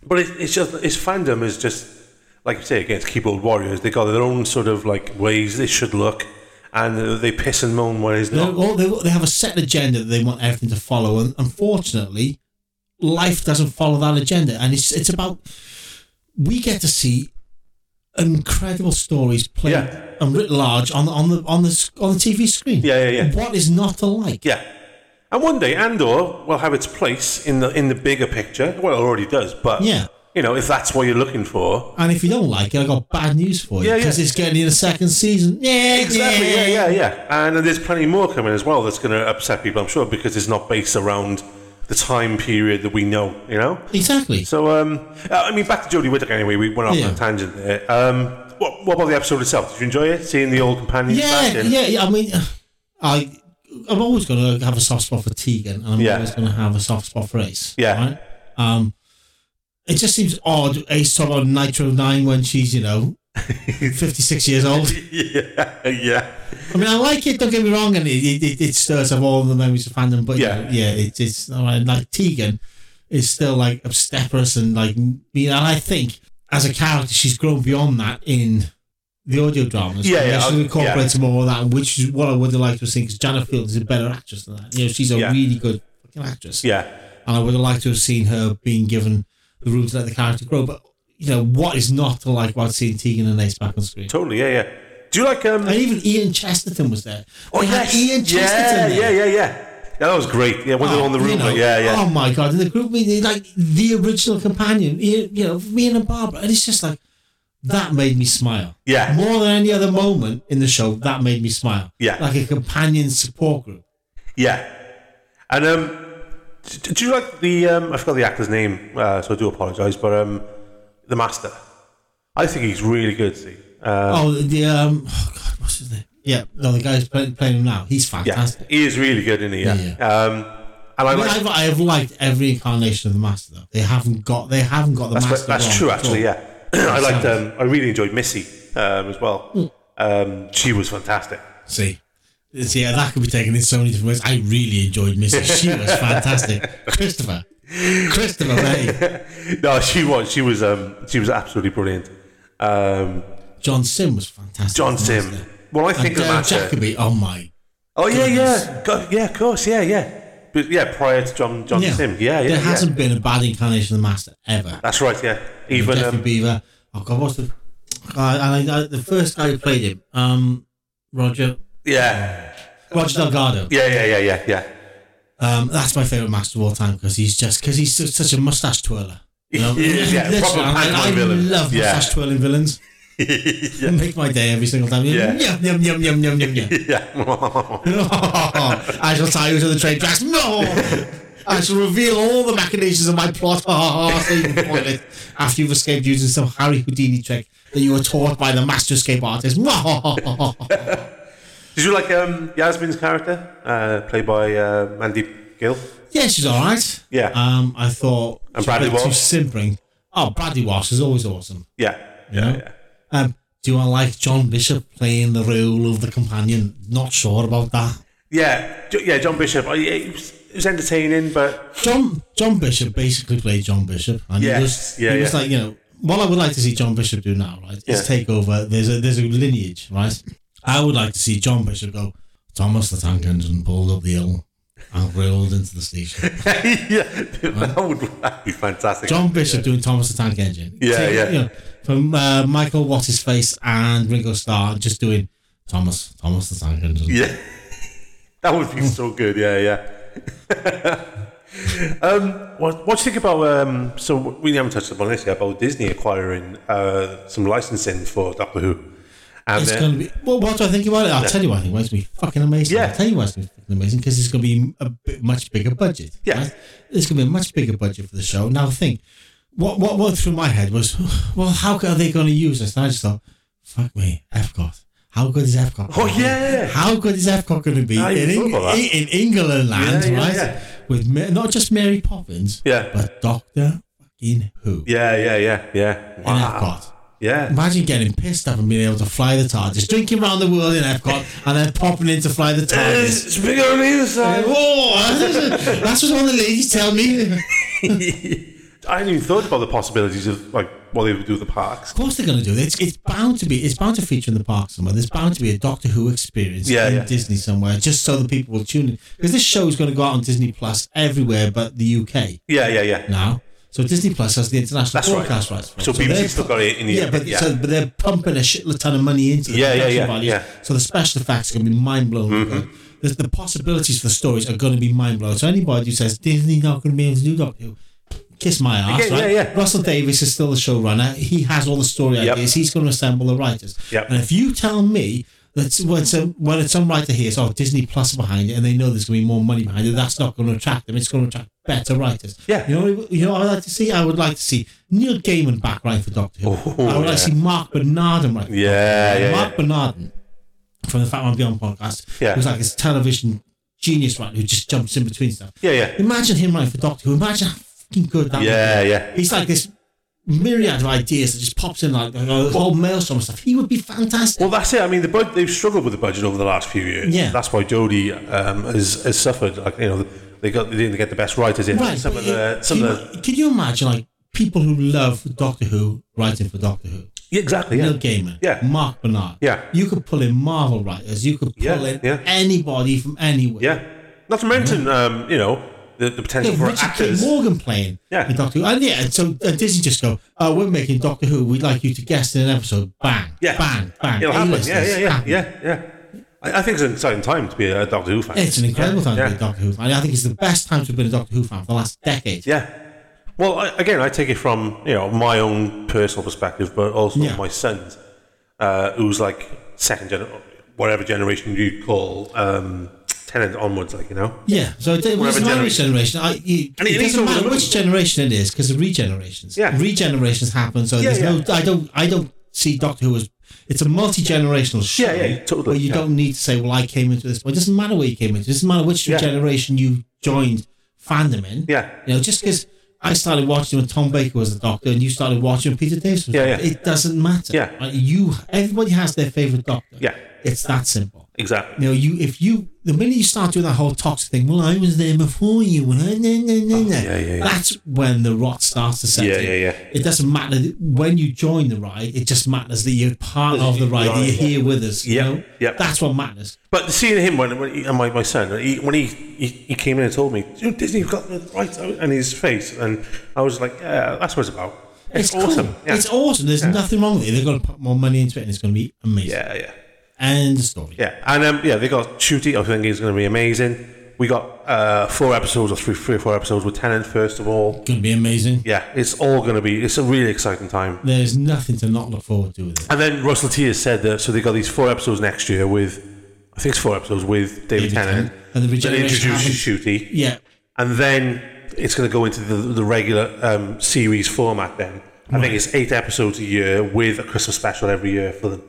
But it, it's just its fandom is just like you say against keyboard warriors. They got their own sort of like ways they should look, and they piss and moan when it's
They
not.
all they, they have a set agenda that they want everything to follow, and unfortunately, life doesn't follow that agenda. And it's it's about we get to see incredible stories played
Yeah.
and writ large on the on the on the s- on the TV screen.
Yeah, yeah, yeah.
What is not to like?
Yeah. And one day Andor will have its place in the in the bigger picture. Well, it already does, but
Yeah.
you know, if that's what you're looking for.
And if you don't like it, I got bad news for you
Yeah, yeah.
because it's getting in a second season. Yeah,
Exactly, yeah, yeah, yeah. And there's plenty more coming as well that's going to upset people, I'm sure, because it's not based around the time period that we know, you know?
Exactly.
So, um, uh, I mean, back to Jodie Whittaker anyway, we went off on
Yeah.
a tangent there. Um, what, what about the episode itself? Did you enjoy it? Seeing the old companions back
yeah,
in?
yeah, yeah. I mean, I I'm always going to have a soft spot for Tegan, and I'm
Yeah.
always going to have a soft spot for Ace.
Yeah.
Right? Um, it just seems odd Ace talking about Nitro Nine when she's you know. 56 years old.
Yeah, yeah.
I mean, I like it, don't get me wrong, and it, it, it, it stirs up all the memories of fandom, but
Yeah.
yeah, yeah it, it's all right, like Tegan is still like obstreperous and like, you know, and I think as a character, she's grown beyond that in the audio dramas.
Yeah, uh, yeah,
She
I-
incorporates more of that, which is what I would have liked to have seen because Janet Field is a better actress than that. You know, she's a
Yeah.
really good fucking actress.
Yeah.
And I would have liked to have seen her being given the room to let the character grow, but you know, what is not to like about seeing Tegan and Ace back on screen?
Totally, yeah, yeah. Do you like. um?
And even Ian Chesterton was there.
Oh
They had
yes,
Ian
yeah,
Chesterton.
yeah,
there.
yeah, yeah. Yeah, that was great. Yeah, when they're on the
you
room,
know,
like, yeah, yeah.
Oh my god! In the group meeting, like the original companion, you you know, me and Barbara, and it's just like that made me smile.
Yeah.
more than any other moment in the show, that made me smile.
Yeah.
like a companion support group.
Yeah. And um, d- d- do you like the um? I forgot the actor's name, uh, so I do apologise. But um, the master, I think he's really good. See, uh,
oh, the um, oh god, what's his name? Yeah, no, the guy who's playing, playing him now, he's
yeah,
fantastic.
he is really good, isn't he? Yeah.
Yeah,
Um, and I
I mean,
like
I've, I have liked every incarnation of the master though. They haven't got they haven't got the
that's,
master.
that's
wrong
true,
at
actually.
all.
Yeah, I liked.
sounds-
Um, I really enjoyed Missy um, as well.
Mm.
Um, she was fantastic.
See. It's- yeah, that could be taken in so many different ways. I really enjoyed Missy. She was fantastic. Christopher. Christopher, hey.
No, she was. She was. Um, she was absolutely brilliant. Um,
John Sim was fantastic.
John
as the
Sim.
master.
Well, I think
And
the
Darren
master.
Jacobi, oh my.
Oh yeah,
Goodness.
yeah, Go, yeah, of course, yeah, yeah. But yeah, prior to John John Sim, yeah, yeah,
There
yeah.
hasn't been a bad incarnation of the master ever.
That's right, yeah. Even
Jeffrey
um,
Beaver. Oh God, what's the. I, I, I, the first guy who played him, um, Roger.
yeah,
Roger Delgado.
yeah, yeah, yeah, yeah, yeah.
Um, that's my favorite master of all time because he's just because he's su- such a mustache twirler. You know?
He is, yeah,
Literally,
proper
I, I
pantomime villain.
love
Yeah.
mustache twirling villains.
yeah,
Make my day every single time.
Yeah.
Yum yum yum yum yum yum yum.
yeah.
I shall tie you to the train tracks. No, I shall reveal all the machinations of my plot. so you can foil it after you've escaped using some Harry Houdini trick that you were taught by the master escape artist.
Did you like um, Yasmin's character, uh, played by uh, Mandeep Gill?
Yeah, she's all right.
Yeah.
Um, I thought
And
she was a
Bradley
bit too
Walsh?
simpering. Oh, Bradley Walsh is always awesome.
Yeah,
Yeah.
yeah, yeah.
Um, do I like John Bishop playing the role of the companion? Not sure about that.
Yeah, Jo- yeah, John Bishop. I, it, was, it was entertaining, but
John John Bishop basically played John Bishop, and
Yes,
he was
yeah,
he was
yeah.
like you know what I would like to see John Bishop do now, right, is take over. There's a there's a lineage, right? I would like to see John Bishop go. Thomas the Tank Engine pulled up the hill and rolled into the station.
yeah, that would that'd be fantastic.
John Bishop doing Thomas the Tank Engine.
Yeah,
Take,
yeah.
You know, from uh, Michael What's His Face and Ringo Starr just doing Thomas Thomas the Tank Engine.
Yeah. that would be so good. Yeah, yeah. um, what, what do you think about? Um, so we haven't touched upon this yet about Disney acquiring uh, some licensing for Doctor Who, and
It's
then
going to be. Well, what do I think about it? I'll tell you what I think. It's going to be fucking amazing.
Yeah.
I'll tell you why it's going to be fucking amazing because it's going to be a bit, much bigger budget.
Yeah.
It's going to be a much bigger budget for the show. Now, think, what what went through my head was, well, how are they going to use this? And I just thought, fuck me, Epcot. How good is Epcot?
Oh, yeah.
How good is Epcot going to be
I
in,
thought
Eng-
about that.
in England land,
Yeah, yeah,
right?
yeah.
With Ma- not just Mary Poppins,
Yeah.
but Doctor fucking Who
yeah, yeah, yeah, yeah,
in
Wow.
Epcot.
yeah.
Imagine getting pissed off and being able to fly the TARDIS, drinking around the world in Epcot, and then popping in to fly the TARDIS.
It's bigger on the other side.
Oh, that's what one of the ladies tell me. Of
I hadn't even thought about the possibilities of like what they would do with the parks.
course they're going to do it. It's, it's bound to be. It's bound to feature in the park somewhere. There's bound to be a Doctor Who experience
Yeah,
in
yeah.
Disney somewhere, just so the people will tune in. Because this show is going to go out on Disney Plus everywhere but the UK
Yeah, yeah, yeah.
now. So Disney Plus has the international
That's right.
broadcast rights. for it.
So
they're-
BBC still got it in the
yeah, but
yeah.
So, but they're pumping a shitload ton of money into the
Yeah, yeah,
production
yeah,
values.
yeah. Mm-hmm.
So the special effects are going to be mind blowing. The, the possibilities for the stories are going to be mind blowing. So anybody who says Disney not going to be able to do Doctor Who, kiss my ass,
Yeah, yeah,
right?
yeah.
Russell Davis is still the showrunner. He has all the story
Yep.
ideas. He's going to assemble the writers.
Yep.
And if you tell me. That's when some when some writer hears oh Disney Plus are behind it and they know there's going to be more money behind it. That's not going to attract them. It's going to attract better writers.
Yeah.
you know you know what, I'd like to see? I would like to see Neil Gaiman back right for Doctor Who.
Oh,
I would like to see Mark Bernardin right for
Yeah, yeah,
Mark
yeah.
Bernardin from the Fat Man Beyond podcast.
Yeah.
Who's like this television genius right who just jumps in between stuff.
Yeah, yeah.
Imagine him right for Doctor Who. Imagine how fucking good that
Yeah,
would be.
yeah.
He's like this myriad of ideas that just pops in like, like a whole maelstrom of stuff. He would be fantastic.
Well, that's it. I mean, the bud- they've struggled with the budget over the last few years.
Yeah.
that's why Jodie um, has, has suffered. Like you know, they got they didn't get the best writers in.
Right.
Some
but
of the
it-
some
can,
of the
you, can you imagine like people who love Doctor Who writing for Doctor Who?
yeah, exactly. Oh, Yeah.
Neil Gaiman,
Yeah.
Mark Bernard,
Yeah.
You could pull in Marvel writers, you could pull
Yeah,
in
yeah.
anybody from anywhere.
Yeah. Not to mention, um, you know, the, the potential
Yeah,
for
Richard K.
actors.
Morgan playing
Yeah.
in Doctor Who, and yeah, and so and Disney just go, "Oh, we're making Doctor Who. We'd like you to guest in an episode." Bang,
Yeah.
bang, bang.
It'll happen. Yeah,
A-listers,
yeah, yeah,
happen.
yeah, yeah. I, I think it's an exciting time to be a Doctor Who fan.
It's an incredible time
yeah.
to be a Doctor Who fan. I think it's the best time to have been a Doctor Who fan for the last decade.
Yeah. Well, I, again, I take it from you know my own personal perspective, but also
Yeah.
my son's, uh, who's like second gen, whatever generation you call um, tenant onwards, like you know.
Yeah, so it, it's an
Whatever
Irish generation. I, you,
And it
it,
is
doesn't
over the
matter
moon.
which generation it is because of regenerations.
Yeah.
regenerations happen. So there's
yeah.
no. I don't. I don't see Doctor Who as. It's a multi-generational show.
Yeah, yeah, totally,
Where you
yeah.
don't need to say, "Well, I came into this." Well, it doesn't matter where you came into. It doesn't matter which
Yeah.
generation you joined fandom in.
Yeah.
You know, just because I started watching when Tom Baker was the Doctor, and you started watching when Peter Davis was
Yeah,
Doctor,
yeah.
it doesn't matter.
Yeah.
Right? You. Everybody has their favorite Doctor.
Yeah.
It's that simple.
Exactly.
You know, you if you the minute you start doing that whole toxic thing, well, I was there before you, and I, no, no, no, no.
Oh, yeah, yeah, yeah.
That's when the rot starts to set
Yeah,
in.
yeah, yeah.
It doesn't matter that- when you join the ride; it just matters that you're part of the ride, that
Right,
you're
yeah.
here with us.
Yep,
you know?
yep.
That's what matters.
But seeing him when, when he, and my, my son he, when he, he he came in and told me "You know, Disney have got the right and his face, and I was like, yeah, that's what it's about. It's, awesome.
Cool.
Yeah.
It's awesome. There's nothing wrong with it. They're going to put more money into it, and it's going to be amazing.
yeah, yeah,
And the story.
yeah. And um, yeah, they got Shooty. I think he's going to be amazing. We got uh, four episodes or three, three or four episodes with Tennant first of all.
Going to be amazing.
Yeah, it's all going to be. It's a really exciting time.
There's nothing to not look forward to with it.
And then Russell T has said that so they got these four episodes next year with, I think it's four episodes with David,
David
Tennant.
Tennant. And the
Then they
regeneration
introduce Shooty.
Yeah.
and then it's going to go into the, the regular um, series format. Then I think it's eight episodes a year with a Christmas special every year for them.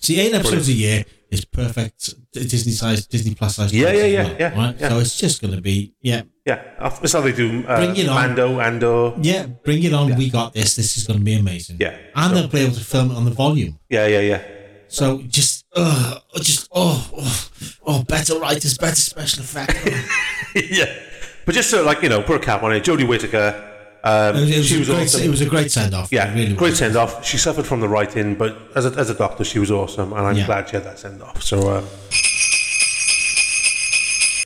See, eight episodes a year is perfect Disney size, Disney Plus size.
Yeah,
shows
yeah,
as
yeah,
well,
yeah,
Right?
yeah.
So it's just going to be, yeah,
Yeah, that's how they do uh,
Bring it on.
Mando, Andor.
yeah, bring it on. We got this. This is going to be amazing.
Yeah.
And they'll be able to film it on the volume.
Yeah, yeah, yeah.
So just, uh, just, oh, oh, oh, better writers, better special effects.
yeah. But just so, like, you know, put a cap on it. eh? Jodie Whittaker, Um,
It was, it was
she
a
was
great,
awesome.
it was a great send off.
yeah,
really
great
was.
send off. She suffered from the writing, but as a, as a doctor, she was awesome, and I'm
Yeah.
glad she had that send off. So um,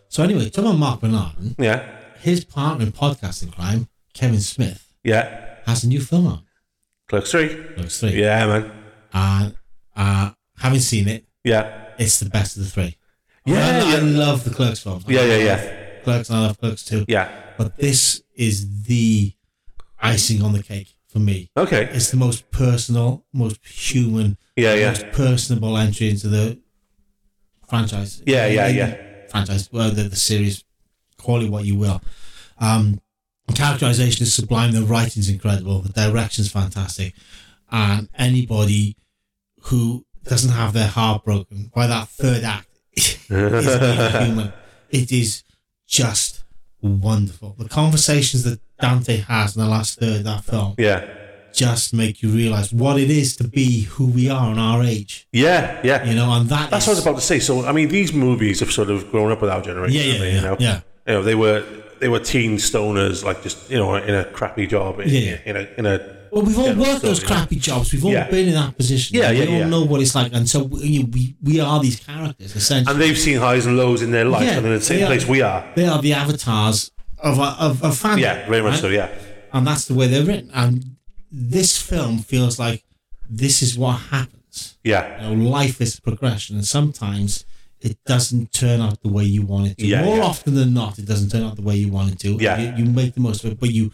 So anyway, talking about Mark Bernard,
yeah,
his partner in podcasting crime, Kevin Smith,
yeah,
has a new film on.
clerks three.
Those three.
Yeah, man.
And uh, having seen it,
Yeah,
it's the best of the three.
Yeah,
I, I
yeah.
love the Clerks films.
yeah, yeah,
I love
yeah,
Clerks, and I love Clerks too.
yeah.
But this is the icing on the cake for me.
Okay.
It's the most personal, most human,
Yeah, yeah.
most personable entry into the franchise.
Yeah, yeah,
In the
yeah.
Franchise, well, the, the series, call it what you will. Um, characterization is sublime. The writing's incredible. The direction's fantastic. And anybody who doesn't have their heart broken by that third act is human. It is just wonderful. The conversations that Dante has in the last third of that film
Yeah,
just make you realize what it is to be who we are in our age,
yeah, yeah.
you know, and that is-
That's what I was about to say. So, I mean, these movies have sort of grown up with our generation.
Yeah, yeah,
haven't they,
yeah,
you know?
yeah.
You know, they were they were teen stoners, like just you know, in a crappy job. In,
Yeah, yeah.
in a in a
Well, we've all
Yeah,
worked those
absolutely.
crappy jobs. We've all
Yeah.
been in that position.
Yeah,
we
yeah,
all
yeah.
know what it's like, and so we, you- we we are these characters essentially.
and they've seen highs and lows in their life,
Yeah,
and they're in the same
they are.
place we are.
They are the avatars of a, of, of fandom.
Yeah, very much
right?
so. Yeah,
And that's the way they're written. And this film feels like this is what happens.
yeah,
You know, life is progression, and sometimes it doesn't turn out the way you want it to.
Yeah,
More
yeah.
often than not, it doesn't turn out the way you want it to.
Yeah.
You, you make the most of it, but you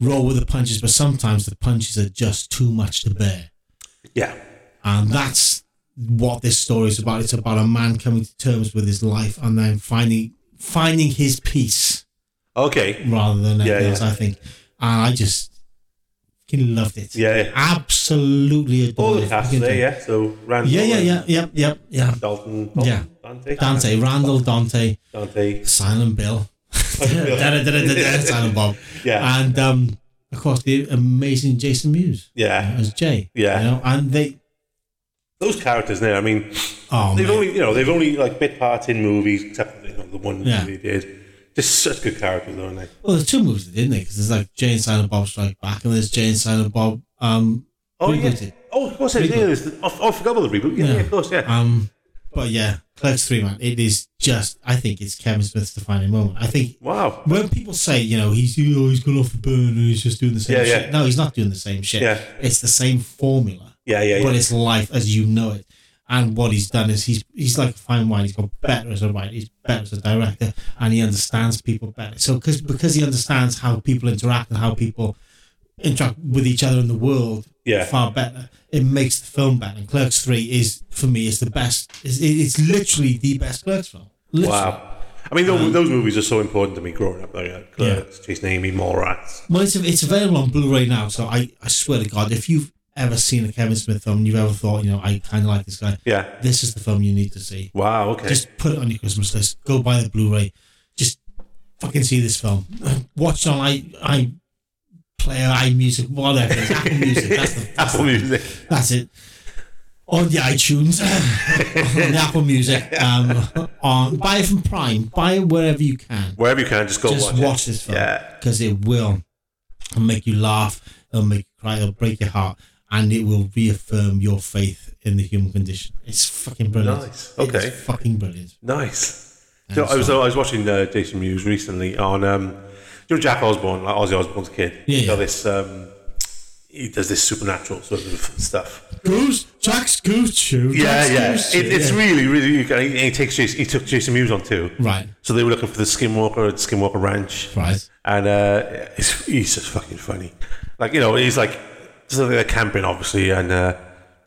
roll with the punches. But sometimes the punches are just too much to bear,
yeah,
and that's what this story is about. It's about a man coming to terms with his life and then finding finding his peace
okay,
rather than anything
Yeah,
else.
yeah.
I think, and I just fucking loved it.
yeah. yeah.
Absolutely
All
adored
the
it.
cast
Fucking
there,
thing.
yeah. So Randall,
Yeah, yeah,
and
yeah, yeah, yeah, yeah.
Dalton, Dalton,
Yeah.
Dante,
Dante, Randall Dante,
Dante,
Silent Bill,
Bill.
Da-da-da-da-da-da, Silent Bob,
yeah,
and um, of course the amazing Jason Mewes Uh,
yeah.
as Jay.
Yeah.
you know, and they.
Those characters there. I mean,
Oh,
they've
man.
only you know they've only like bit parts in movies, except for, you know, the one
Yeah.
movie they did. Just such good characters, aren't they?
well, there's two movies, didn't there? Because there's like Jay and Silent Bob Strike Back, and there's Jay and Silent Bob. Um,
Oh yeah.
Rebooted.
Oh, of course, yeah,
Reboot.
yeah, there's the- oh, I forgot about the reboot. Yeah, yeah. of course, yeah.
um, but yeah, Clerks Three, man, it is just. I think it's Kevin Smith's defining moment. I think
Wow.
when people say, you know, he's you know, he's gone off the burn and he's just doing the same
Yeah, yeah.
shit. No, he's not doing the same shit.
Yeah.
It's the same formula.
Yeah, yeah,
But
yeah.
it's life as you know it. And what he's done is he's he's like a fine wine. He's got better as a writer. He's better as a director, and he understands people better. So because because he understands how people interact and how people interact with each other in the world
Yeah.
far better. It makes the film better. And Clerks Three is for me is the best. It's, it's literally the best Clerks film. Literally.
Wow. I mean,
Um,
those, those movies are so important to me growing up. Though, yeah. Clerks, Chasing Amy, Mallrats.
Well, it's, it's available on Blu-ray now, so I, I swear to God, if you've ever seen a Kevin Smith film and you've ever thought, you know, I kind of like this guy,
Yeah.
this is the film you need to see.
Wow. Okay.
Just put it on your Christmas list. Go buy the Blu-ray. Just fucking see this film. Watch it on I, I player, iMusic, whatever. It's Apple Music. That's, the, that's,
Apple Music.
that's it. On the iTunes, on the Apple Music, um, on buy it from Prime, buy it wherever you can
Wherever you can, just go
just
watch,
watch,
it.
this film
Yeah.
because it will it'll make you laugh it'll make you cry it'll break your heart and it will reaffirm your faith in the human condition it's fucking brilliant
Nice.
It is
Okay.
fucking brilliant
Nice. So I was I was watching uh, Jason Mewes recently on um, you know Jack Osborne, like Ozzy Osbourne's kid.
Yeah,
He's got
yeah.
this um, he does this supernatural sort of stuff.
goose Jack's goose shoe
Yeah,
Jack's
yeah.
goose
It,
shoe,
it's
yeah.
really, really. And he, he takes Jason, he took Jason Mewes on too.
right
So they were looking for the Skinwalker at Skinwalker Ranch,
right
and uh, it's, he's just fucking funny. Like you know, he's like something like camping, obviously, and uh,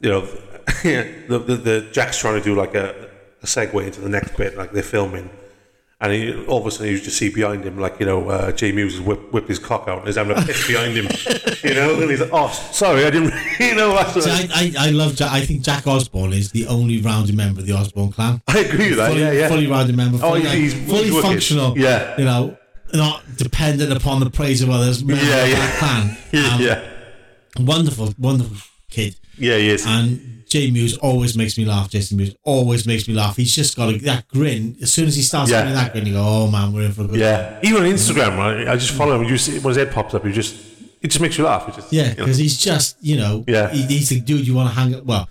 you know, the, the the Jack's trying to do like a, a segue into the next bit, like they're filming, and he, all of a sudden you just see behind him, like you know, uh, Jay Mewes has whipped, whipped his cock out and is having a piss behind him, you know, and he's like, oh, sorry, I didn't, you know, that's what
so
I,
I, I, I love Jack I think Jack Osborne is the only rounded member of the Osborne clan
I agree with that,
fully,
yeah, yeah.
fully rounded member
Oh,
fully,
he's- he's- he's
fully
wicked.
functional
Yeah.
you know not dependent upon the praise of others member
Yeah,
of
yeah.
that clan
Yeah,
Um,
yeah,
wonderful, wonderful kid.
yeah, he is.
And Jay Mewes always makes me laugh. Jason Mewes always makes me laugh. He's just got a, that grin. As soon as he starts
Yeah.
yeah. that grin, you go, "Oh man, we're in for a good."
Yeah, even on Instagram, right? I just follow him. You see, when his head pops up, you just it just makes you laugh. It just,
Yeah,
you know.
because he's just, you know,
Yeah.
he, he's the dude you want to hang up. Well,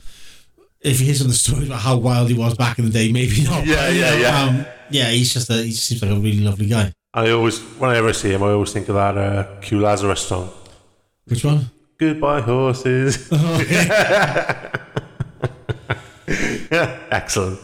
if you hear some of the stories about how wild he was back in the day, maybe not.
Yeah,
but, you
yeah,
know,
yeah.
Um, yeah, he's just a, he just seems like a really lovely guy.
I always, whenever I see him, I always think of that uh, Q Lazarus song.
Which one?
Goodbye, horses.
Oh, yeah.
Excellent.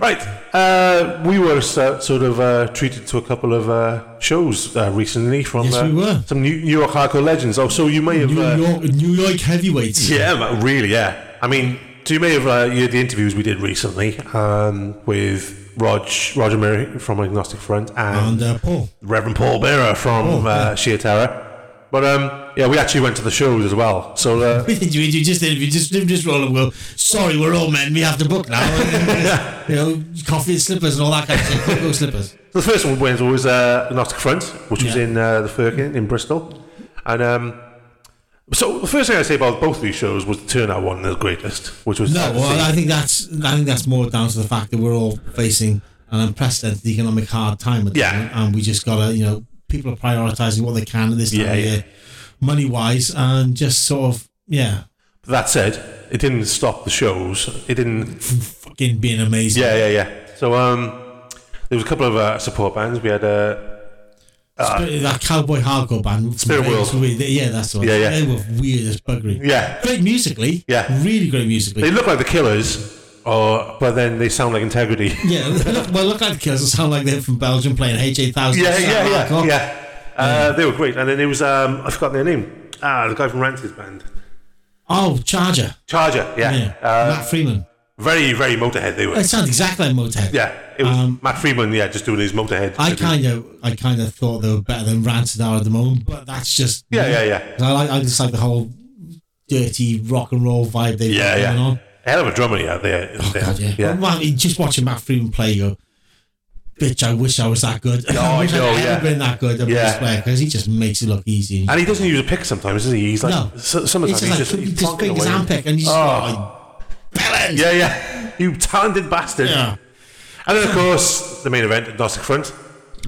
Right, uh, we were so- sort of uh, treated to a couple of uh, shows uh, recently from
Yes,
uh,
we were.
some New-, New York hardcore legends. Oh, so you may have,
New
uh,
York, New York heavyweights.
yeah, but really, yeah. I mean, so you may have uh, you had the interviews we did recently um, with Rog Roger Murray from Agnostic Front and
And uh, Paul.
Reverend Paul Bearer from
Oh,
uh, Sheer Terror. But um, yeah, we actually went to the shows as well. So uh,
We did you, you just did you just you just roll and go. Sorry, we're all men. We have to book now. you know, coffee and slippers and all that kind of thing. Cocoa slippers.
The first one we went to was uh, Gnostic Front, which was
Yeah.
in uh, the Firkin in Bristol. And um, so the first thing I say about both of these shows was the turnout one the greatest, which was
No,
sad to see.
well, I think that's I think that's more down to the fact that we're all facing an unprecedented economic hard time. At the
Yeah.
moment, and we just gotta you know people are prioritising what they can at this time
Yeah,
of
yeah.
year, money wise, and just sort of yeah,
that said, it didn't stop the shows. It didn't.
fucking being amazing.
Yeah, yeah, yeah. So um, there was a couple of uh, support bands. We had uh,
Spirit- that cowboy hardcore band. from
Spirit
Wales,
World.
we- they- Yeah, that's the one.
Yeah, yeah.
They were weird as buggery.
yeah,
Great musically.
Yeah.
Really great musically.
they look like the Killers, or but then they sound like Integrity.
Yeah, look, well, look like the Kills. It sound like they're from Belgium playing H8000.
yeah, yeah, yeah,
Hardcore.
yeah. Uh, they were great, and then it was um, I forgot their name. Ah, the guy from Ranted's band,
Oh, Charger.
Charger.
Yeah.
Yeah, Uh,
Matt Freeman.
Very, very Motorhead they were.
It sounds exactly like Motorhead.
Yeah, it was
Um,
Matt Freeman. Yeah, just doing his Motorhead.
I kind of, I kind of thought they were better than Rancid are at the moment, but that's just
Yeah, yeah, yeah,
'Cause I like, I just like the whole dirty rock and roll vibe they've
yeah,
got going
yeah.
on.
Hell of a drummer, yeah. There, oh, there.
God, yeah. Well, you just watching Matt Freeman play, you go, bitch, I wish I was that good.
Oh, I
wish
know,
I'd
yeah.
ever been that good at
Yeah.
yeah. player because he just makes it look easy.
And he doesn't use a pick sometimes, does he? He's like
No.
so, sometimes
It's just like,
he's just,
he
he's
just
plonking
fingers
away.
and pick, and he's just
Oh.
like, balance.
Yeah, yeah. You talented bastard.
Yeah.
And then of course the main event, Agnostic Front.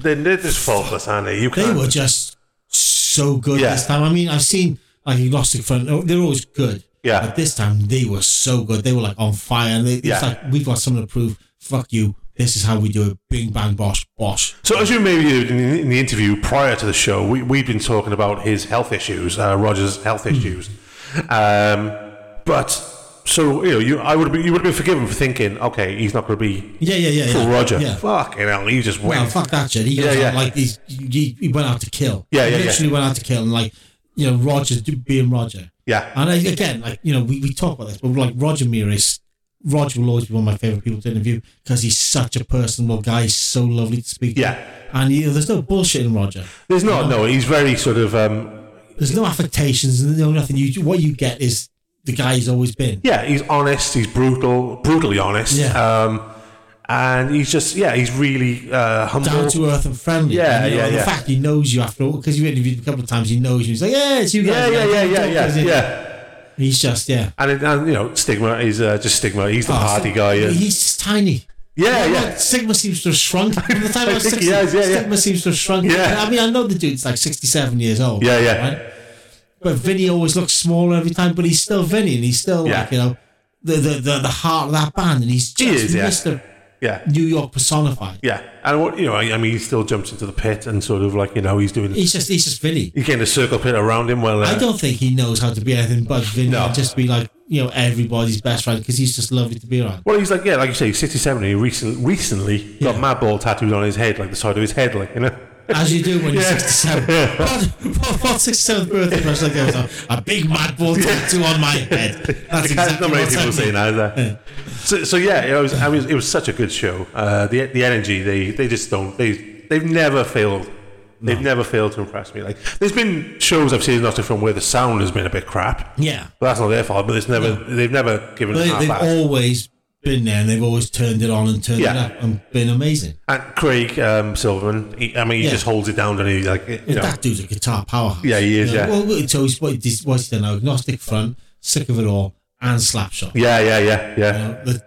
They're, they're just faultless, aren't they? You
They
can't.
were just so good
Yeah.
this time. I mean, I've seen like Agnostic Front. oh, They're always good.
Yeah.
But this time they were so good. They were like on fire, and they, it's
Yeah.
like we've got something to prove. Fuck you. This is how we do it. Bing bang bosh bosh.
So as you maybe did in, in the interview prior to the show, we we've been talking about his health issues, uh, Roger's health
Hmm.
issues. Um, but so you know, you I would have been, you would have been forgiven for thinking, okay, he's not going to be
Yeah, yeah, yeah.
full
yeah.
Roger.
Yeah.
Fucking hell, he just went.
Well, fuck that shit. He goes
Yeah,
out
yeah.
like he's, he, he went out to kill.
Yeah,
He
yeah, yeah.
Literally went out to kill, and like you know, Roger being Roger.
yeah,
And I, again, like you know, we, we talk about this, but like Roger Muir is Roger will always be one of my favorite people to interview because he's such a personable guy. He's so lovely to speak. to.
Yeah.
and you know, there's no bullshit in Roger.
there's not. No, he's very sort of. Um,
There's no affectations. There's no nothing. You what you get is the guy he's always been.
yeah, he's honest. He's brutal, brutally honest.
Yeah.
Um, and he's just yeah, he's really uh, humble.
Down to earth and friendly.
Yeah,
And, you know,
yeah,
The
yeah.
fact he knows you after all, because you interviewed him a couple of times, he knows you. He's like, yeah, it's you
yeah,
guys.
yeah, yeah, yeah,
Don't
yeah,
talk, is it?
yeah.
He's just, yeah.
And, it- and you know, stigma is uh, just stigma.
Oh,
He's the party guy. and-
He's tiny.
yeah,
Well,
yeah.
look, Sigma seems to have shrunk. From the time I,
I
was
think
60,
he has, yeah, yeah.
Sigma seems to have shrunk.
Yeah.
I mean, I know the dude's like 67 years old.
Yeah, yeah.
Right? But Vinny always looks smaller every time, but he's still Vinny and he's still,
Yeah.
like, you know, the, the, the, the heart of that band. And he's just
is, yeah.
Mr.
Yeah.
New York personified.
Yeah, and what you know, I, I mean, he still jumps into the pit and sort of like you know he's doing.
He's just, he's just Vinny.
He's getting a circle pit around him. Well, uh,
I don't think he knows how to be anything but Vinny
No.
and just be like, you know, everybody's best friend because he's just lovely to be around.
Well, he's like yeah, like you say, he's sixty-seven. And he recent, recently got
Yeah.
Madball tattooed on his head, like the side of his head, like you know.
As you do when you're
Yeah.
67. What, what, what's 67th birthday pressure like that? was A big madball tattoo on my head. That's
I can't-
exactly
not many
what's
people say
happening.
that. Either. so, so yeah, it was, I mean, it was such a good show. Uh, the the energy they they just don't they they've never failed. They've never failed to impress me. Like there's been shows I've seen not from where the sound has been a bit crap.
Yeah.
But that's not their fault. But it's never they've never given.
But they,
half
they've
ass.
always been there and they've always turned it on and turned
Yeah.
it up and been amazing.
And Craig um, Silverman, he, I mean, he
Yeah.
just holds it down, and he like, you know,
That dude's a guitar powerhouse.
Yeah, he is,
You know,
yeah.
Well, well, so he's, what, he's, what's he done now? Agnostic Front, Sick of It All, and Slapshot.
yeah, yeah, yeah,
You
yeah,
know, the,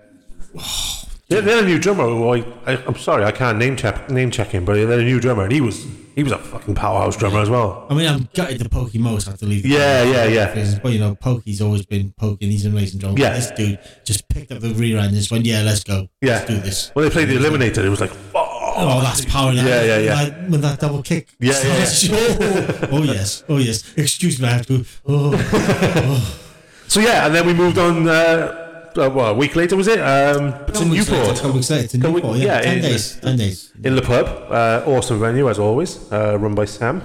They they had a new drummer. Who I, I, I'm sorry, I can't name check name check him, but they had a new drummer, and he was he was a fucking powerhouse drummer as well.
I mean, I'm gutted the Pokey most had to leave. the
Yeah,
band
yeah,
for
yeah.
reasons, But you know, Pokey's always been Pokey. and He's an amazing drummer.
Yeah.
This dude just picked up the rear end and just went, "Yeah, let's go.
Yeah.
Let's do this."
When they played the Eliminator, it was like, oh,
Oh, that's power! That,
Yeah, yeah, yeah.
Like, with that double kick.
Yeah, yeah, yeah.
Oh, oh, yes, oh yes. Excuse me, I have to. Oh,
So yeah, and then we moved on. Uh, uh, what a week later was it? Um, to
Couple weeks later,
Newport
Couple weeks later, to
Couple-
Newport. Yeah,
yeah,
ten
it-
days. Ten days.
in the pub. Uh, awesome venue as always, uh, run by Sam.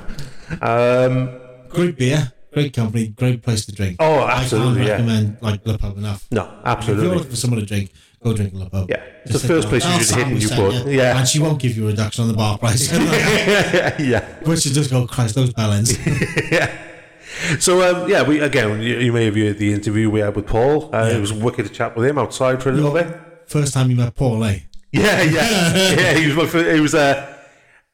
Um,
Great beer, great company, great place to drink.
Oh, absolutely,
I
yeah.
can't recommend like Le Pub enough.
no,
If you're
absolutely.
looking for someone to drink, go drink a La Pub.
Yeah,
Just
it's the
sit
first
down.
place you
Oh,
should
Sam
hit in
was
Newport.
saying,
Yeah.
And she won't give you a reduction on the bar price.
yeah.
Which is just go, Christ, those balance.
So um, yeah, we again, you, you may have heard the interview we had with Paul. Uh,
Yeah.
It was wicked to chat with him outside for a little bit.
First time you met Paul, eh?
Yeah, yeah, yeah. He was my first, he was Uh,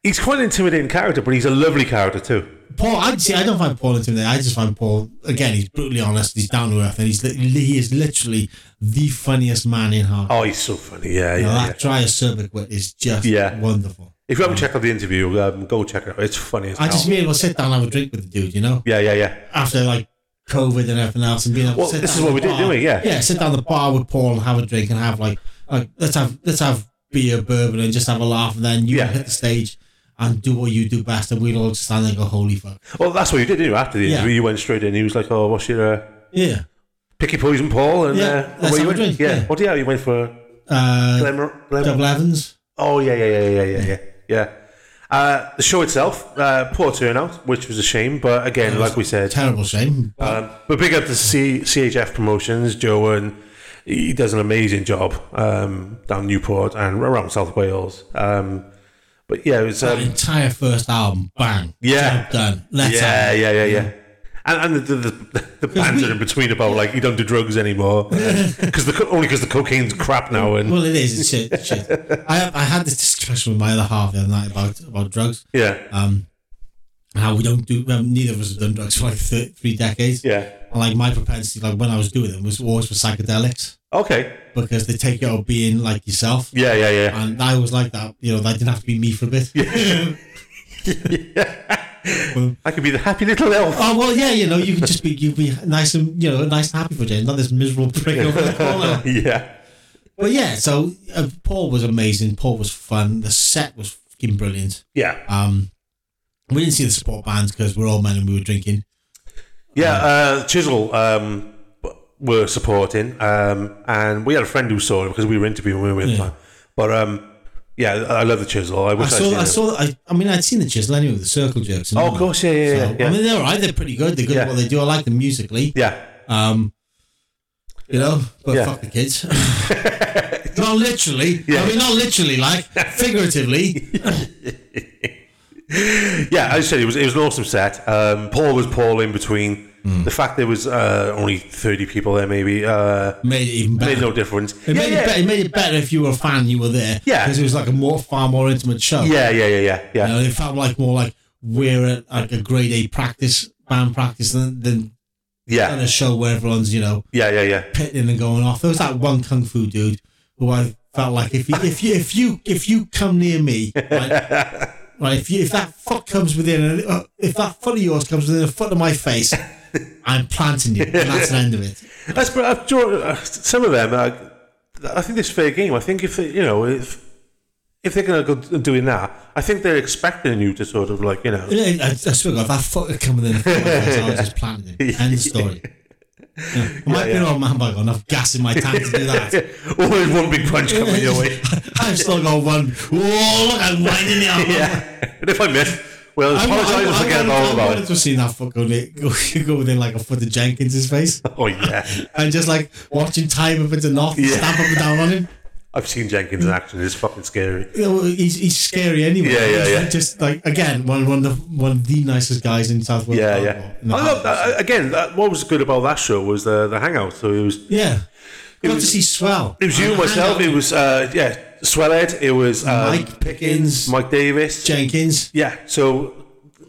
He's quite an intimidating character, but he's a lovely character too.
Paul, I'd say, I don't find Paul intimidating. I just find Paul, again, he's brutally honest, he's down to earth, and he's li- he is literally the funniest man in Harvard.
Oh, he's so funny. Yeah,
Now,
yeah. yeah.
that dry acerbic wit is just
Yeah.
wonderful.
If you haven't checked out the interview, um, go check it out. It's funny as
I
hell.
just being able to sit down and have a drink with the dude, you know?
yeah, yeah, yeah.
After like COVID and everything else, and being able
Well,
to sit
this
down
is what
at
we
the
did,
bar.
didn't we? Yeah.
yeah, sit down at the bar with Paul and have a drink and have like, like let's have let's have beer, bourbon, and just have a laugh, and then you
Yeah.
hit the stage and do what you do best, and we'll all just stand there and go, holy fuck,
Well, that's what you did, didn't you? After the
Yeah.
interview, you went straight in. He was like, "Oh, what's your uh,
yeah.
picky poison, Paul?" And
Yeah,
uh,
let's
where
have
you
a
went?
drink,
yeah.
yeah.
What do you? You went for
Uh,
Glenmor-
Double
Glenmor-
Evans.
Oh yeah, yeah, yeah, yeah, yeah, yeah. yeah. Uh, the show itself, uh, poor turnout, which was a shame. But again, like we said,
terrible shame.
Um, but big up to C- CHF Promotions, Joe, and he does an amazing job um, down Newport and around South Wales. Um, but yeah, it's
That
um,
entire first album, bang,
Yeah.
job done. Let's
yeah,
have it.
yeah, yeah, yeah. And, and the, the, the, the banter in between about like you don't do drugs anymore because the co- only because the cocaine's crap now and
Well, it is. It's shit. it's shit. I I had this discussion with my other half the other night about about drugs.
yeah,
Um, and how we don't do. Well, neither of us have done drugs for like th- three decades.
yeah,
And like my propensity, like when I was doing them, was always for psychedelics
okay,
because they take you out of being like yourself.
yeah, yeah, yeah.
And I was like that. You know, that didn't have to be me for a bit.
I could be the happy little elf.
Oh well, yeah, you know, you can just be you be nice and you know nice and happy for a day, not this miserable prick over the corner.
yeah,
But yeah, so uh, Paul was amazing. Paul was fun. The set was fucking brilliant.
yeah.
Um, we didn't see the support bands because we're all men and we were drinking.
Yeah, uh, Chisel um, w- were supporting, um, and we had a friend who saw it because we were interviewing him.
Yeah.
Yeah. But um, yeah, I love the Chisel. I
I
wish I,
saw,
seen
I
it.
saw, I, I mean, I'd seen the chisel anyway, with the circle jerks. and
Oh,
all
of
that.
course, yeah, yeah, yeah,
So,
yeah.
I mean, they're all right. They're pretty good. They're good
Yeah.
at what they do. I like them musically.
yeah,
Um, you know, but
Yeah.
fuck the kids. not literally.
Yeah.
I mean, not literally, like figuratively.
yeah. As I said, it was it was an awesome set. Um, Paul was Paul in between.
Hmm.
The fact there was uh, only thirty people there, maybe, uh,
Made it even better.
made no difference.
It
yeah,
made
yeah.
it better. It made it better if you were a fan. You were there.
Yeah.
because it was like a more far more intimate show.
yeah, yeah, yeah, yeah, yeah.
You know, it felt like more like we're at like a grade A practice band practice than than, than
yeah.
a show where everyone's you know
Yeah, yeah, yeah.
pitting and going off. There was that one kung fu dude who I felt like if you if you if you if you come near me, right, right if you if that foot comes within uh, if that foot of yours comes within a foot of my face, I'm planting you, and that's the end of it.
That's but I've drawn, uh, some of them. Uh, I think it's fair game. I think if they, you know if if they're going to go d- doing that, I think they're expecting you to sort of like you know.
You know, I, I swear to God, if that foot had come within a foot of my face, I was just planting him. End of story. Yeah. I might be an old man, but I've got enough gas in my tank to do that.
Always one big punch coming your way.
I've still got one. Whoa, look, I'm winding the arm.
Yeah, and if I miss, well,
I'm,
apologise and forget all
I
about
wanted
it.
to have seen that fuck go, near- go, go within like a foot of Jenkins' face
Oh yeah,
and just like watching time up into north
Yeah.
stamp up and down on him.
I've seen Jenkins in action. It's fucking scary.
You know, he's, he's scary anyway.
Yeah, yeah, yeah.
Just like again, one one of the one of the nicest guys in South Wales. Oh,
Yeah, yeah.
In the
I love that. Again, that, what was good about that show was the the hangout. So it was
Yeah, got
was-
to see Swell.
it was you,
And-
myself.
and
It was uh, yeah, Swellhead. It was uh,
Mike Pickens,
Mike Davis.
Jenkins.
Yeah, so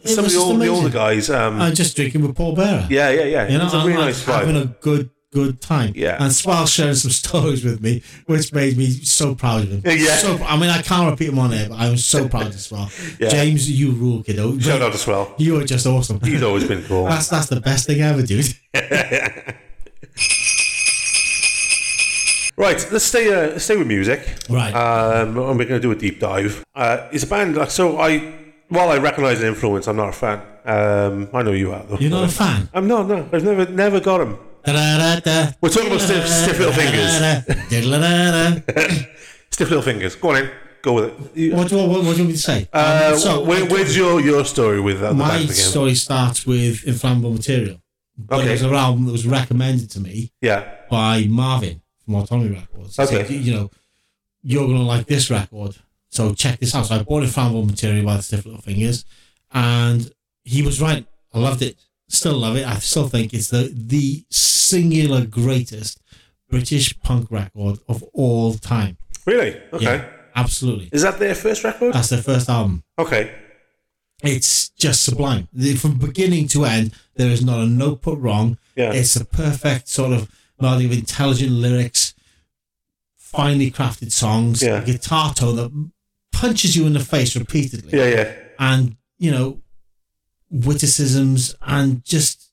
some of
was
the
just
old, the
amazing.
older guys. Um,
I'm just drinking with Paul Bearer.
yeah, yeah, yeah.
You know,
it's a
I'm
really
like
nice
having
vibe.
a good good time.
Yeah.
And Swell sharing some stories with me, which made me so proud of him.
Yeah.
So, I mean, I can't repeat them on air, but I was so proud of Swell.
Yeah.
James, you rule, kiddo.
Shout out to Swell.
You are just awesome.
He's always been cool.
That's that's the best thing ever, dude.
Right, let's stay uh, let's stay with music.
Right.
Um, and we're going to do a deep dive. Uh, it's a band like so. I while I recognise the influence, I'm not a fan. Um, I know you are though.
You're not a fan.
I'm not. No, I've never never got them.
Da-da-da-da.
We're talking about stiff, stiff little fingers.
Da-da-da-da. Diddle-da-da-da.
Stiff little fingers. Go on in. Go with it. You-
What do what, what do you want me to say?
Uh,
Um,
where, where's your, your story with uh, the
my
band again?
story starts with inflammable material. But
Okay.
It was an album that was recommended to me
Yeah,
by Marvin from Autonomy Records. He
Okay.
said, you know, you're gonna like this record, so check this out. So I bought inflammable material by the Stiff Little Fingers, and he was right. I loved it. Still love it. I still think it's the the singular greatest British punk record of all time.
really? Okay.
Yeah, Uh, absolutely.
Is that their first record?
That's their first album.
okay.
It's just sublime. The- From beginning to end, there is not a note put wrong.
Yeah.
It's a perfect sort of melody of intelligent lyrics, finely crafted songs,
Yeah.
a guitar tone that punches you in the face repeatedly,
Yeah, yeah.
and you know, witticisms and just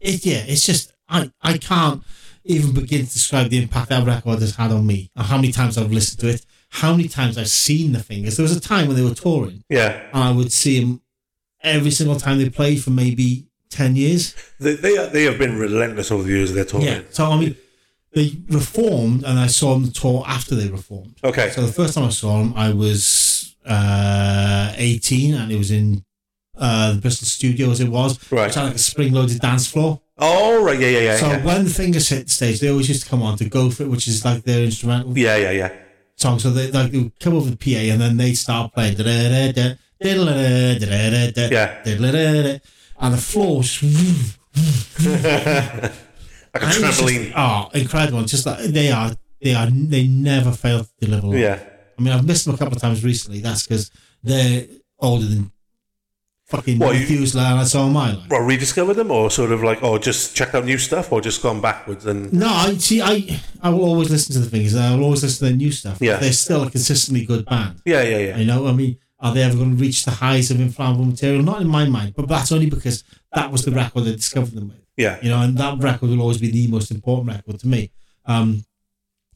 it. Yeah, it's just I I can't even begin to describe the impact that record has had on me and how many times I've listened to it, how many times I've seen the fingers. There was a time when they were touring
Yeah.
and I would see him every single time they played for maybe ten years.
They, they, are- they have been relentless over the years of their touring.
Yeah. So I mean, they reformed, and I saw them tour after they reformed.
Okay.
So the first time I saw them, I was uh, eighteen, and it was in uh, the Bristol Studios. It was
Right.
which had like a spring-loaded dance floor.
oh, right. Yeah, yeah, yeah.
so
yeah.
when the fingers hit the stage, they always used to come on to go for it, which is like their instrumental
yeah, yeah, yeah.
song. So they like they would come over the PA and then they start playing. da-da-da-da, diddle-da-da, da-da-da-da,
Yeah.
diddle-da-da-da. And the floor just
Like a
And it's
trampoline.
Just, oh, incredible! It's Just like they are, they are, they never fail to deliver.
yeah.
I mean, I've missed them a couple of times recently. That's because they're older than fucking
Well, you-
Hughes, and I saw my life.
Well, rediscovered them, or sort of like, or just checked out new stuff, or just gone backwards and
No, I see. I I will always listen to the things. I will always listen to their new stuff.
Yeah.
they're still a consistently good band.
yeah, yeah, yeah,
You know, I mean, are they ever going to reach the highs of inflammable material? Not in my mind, but that's only because that was the record I discovered them with.
yeah,
you know, and that record will always be the most important record to me. Um,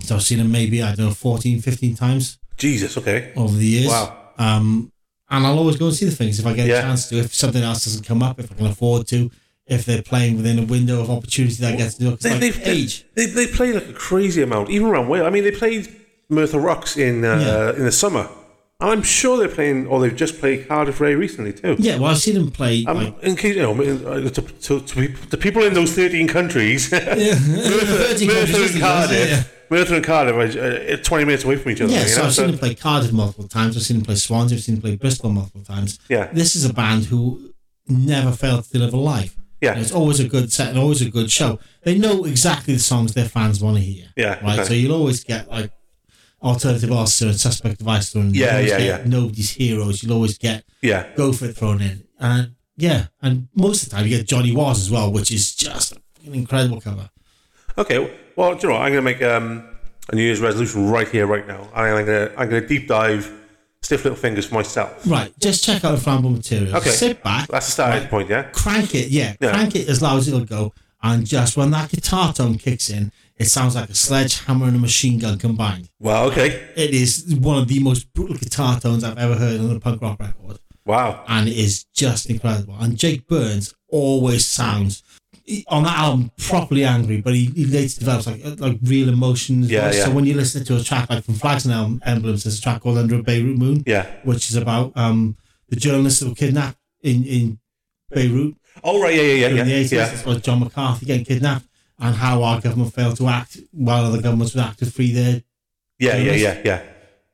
so I've seen him maybe, I don't know, 14, 15 times
Jesus, okay,
over the years.
wow,
Um, and I'll always go and see the things if I get
Yeah.
a chance to, if something else doesn't come up, if I can afford to, if they're playing within a window of opportunity that I get to do. 'Cause,
they,
like,
they,
age.
they they play like a crazy amount, even around Wales. I mean, they played Mirtha Rocks in uh, in the summer, and I'm sure they're playing, or they've just played Cardiff Ray recently too.
Yeah, well, I've seen him play.
Um,
like,
in case you know, uh, to, to, to, pe- to people in those thirteen countries,
yeah,
Mirtha,
13 countries,
Mirtha
isn't he?
and
That's it,
Cardiff, Mirtha and Cardiff are uh, twenty minutes away from each other.
Yeah,
you
so
know,
I've
so-
seen him play Cardiff multiple times. I've seen him play Swansea. I've seen him play Bristol multiple times.
Yeah.
this is a band who never fail to deliver live.
Yeah.
And it's always a good set and always a good show. They know exactly the songs their fans want to hear.
Yeah,
right.
okay.
So you'll always get like alternative artists and suspect device thrown in. You'll
Yeah,
always
yeah,
get
yeah.
Nobody's heroes. You'll always get
yeah,
go for it thrown in, and yeah, and most of the time you get Johnny Was as well, which is just an incredible cover.
Okay, well, do you know what? I'm going to make um, a New Year's resolution right here, right now. And I'm going to I'm going to deep dive stiff little fingers for myself.
Right. Just check out the flammable materials.
Okay.
Sit back.
That's the starting point, yeah.
crank it, yeah,
Yeah.
crank it as loud as it'll go. And just when that guitar tone kicks in, it sounds like a sledgehammer and a machine gun combined.
Wow. Okay.
It is one of the most brutal guitar tones I've ever heard on a punk rock record,
Wow.
and it is just incredible. And Jake Burns always sounds he- on that album properly angry, but he, he later develops like uh, like real emotions.
Yeah, yeah.
So when you listen to a track like from Flags and Em- Emblems, there's a track called Under a Beirut Moon,
Yeah.
which is about um, the journalists that were kidnapped in in Beirut
Oh right. Yeah. Yeah. Yeah.
in the
Yeah.
80s
yeah.
it's about John McCarthy getting kidnapped and how our government failed to act while other governments would act to free their.
Yeah, yeah, yeah, yeah.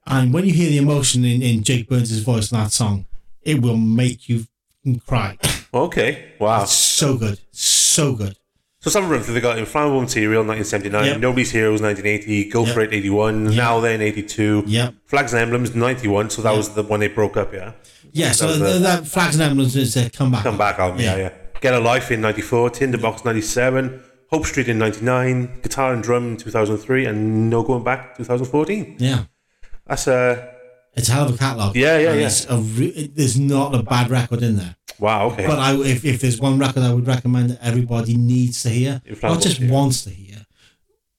And when you hear the emotion in, in Jake Burns' voice in that song, it will make you f***ing cry.
Okay, wow.
so good. So good.
So some run through they got Inflammable Material, 1979,
Yep.
Nobody's Heroes, 1980, Go
Yep.
For It, 81, Now Then, 82,
Yep.
Flags and Emblems, 91, so that was the one they broke up, yeah?
Yeah, so
That was
that,
the-
that Flags and Emblems is their comeback.
Come Back album, yeah, yeah. Get a Life in 94, Tinderbox, 97, Hope Street in 99, Guitar and Drum in 2003, and No Going Back 2014.
Yeah.
That's uh, a.
It's a hell of a catalogue.
Yeah, yeah,
And
yeah.
It's a re- it, there's not a bad record in there.
Wow, okay.
But I, if, if there's one record I would recommend that everybody needs to hear,
Inflammable
not just
Material.
wants to hear,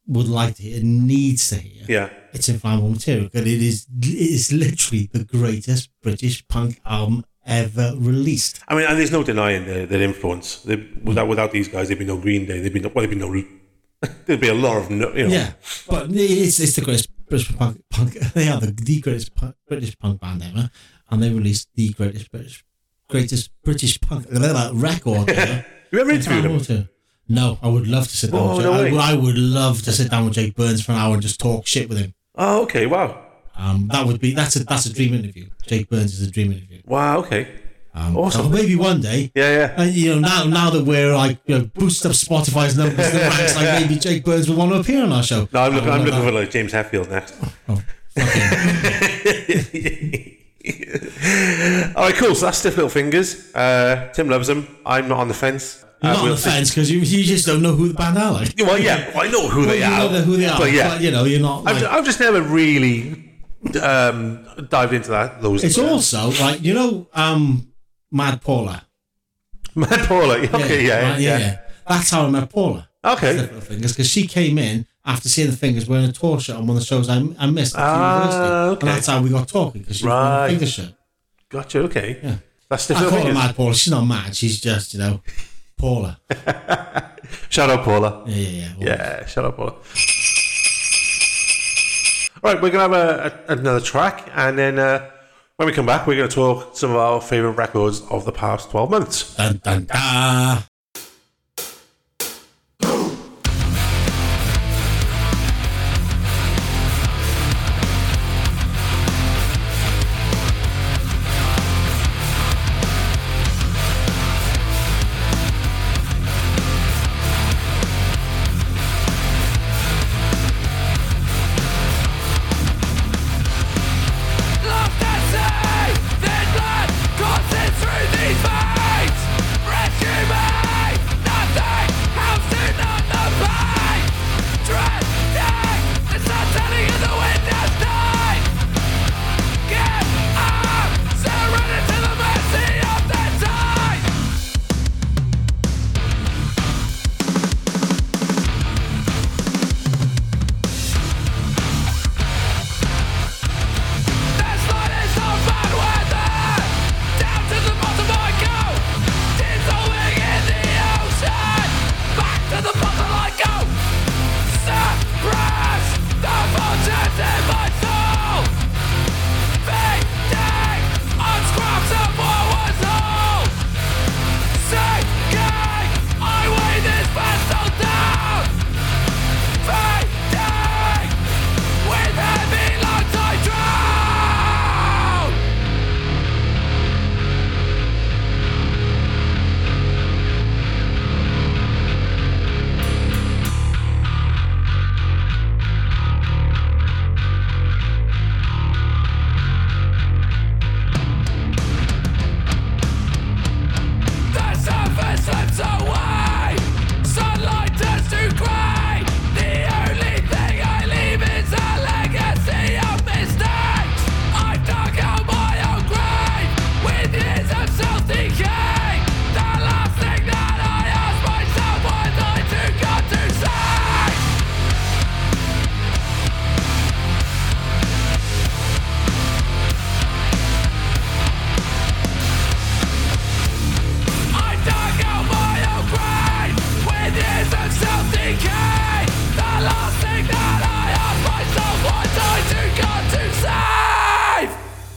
would like to hear, needs to hear,
yeah.
it's Inflammable Material. But it is, it is literally the greatest British punk album ever released.
I mean, and there's no denying their, their influence. They, without, without these guys, there'd be no Green Day. There'd be no. Well, there'd be no. there'd be a lot of. No, you know,
Yeah, but it's, it's the greatest British punk, punk. They are the, the greatest punk, British punk band ever, and they released the greatest British greatest British punk blah, blah, blah, record. ever.
You ever interviewed them?
Water. No, I would love to sit down.
Oh,
with Jake.
no
I,
way.
would, I would love to sit down with Jake Burns for an hour and just talk shit with him.
Oh, okay. Wow.
Um, that would be that's a that's a dream interview. Jake Burns is a dream interview.
Wow. Okay.
Um,
Awesome.
so maybe one day.
Yeah, yeah.
And you know now now that we're like you know, boosted up Spotify's numbers, the ranks, like maybe Jake Burns will want to appear on our show.
No, I'm
I Oh,
looking.
would
I'm
love
looking
that.
for like James Hatfield next. All right, cool. So that's stiff little fingers. Uh, Tim loves them. I'm not on the fence.
You're
Uh,
not on
we'll
the fence because you, you just don't know who the band are. Like.
see- Well, yeah, well, I know who
Well,
they
you
are.
know the- who they are,
But yeah,
you know, you're not.
I've,
like-
I've just never really um, dived into that. Those.
it's also like you know, um, Mad Paula.
Mad Paula. Okay, yeah,
right,
yeah,
That's how I met Paula.
Okay.
because she came in after seeing the fingers wearing a tour shirt on one of the shows I, I missed. At
Ah,
university.
okay.
And that's how we got talking because she was
Right.
wearing a finger shirt.
Gotcha. Okay.
Yeah.
That's stiff
I
little
call her
fingers.
Mad Paula. She's not mad. She's just you know, Paula. Yeah,
Shout out Paula.
yeah, yeah. Well,
Yeah, shut up, Paula. All right, we're going to have a, a, another track, and then uh, when we come back, we're going to talk some of our favourite records of the past 12 months.
Dun dun da.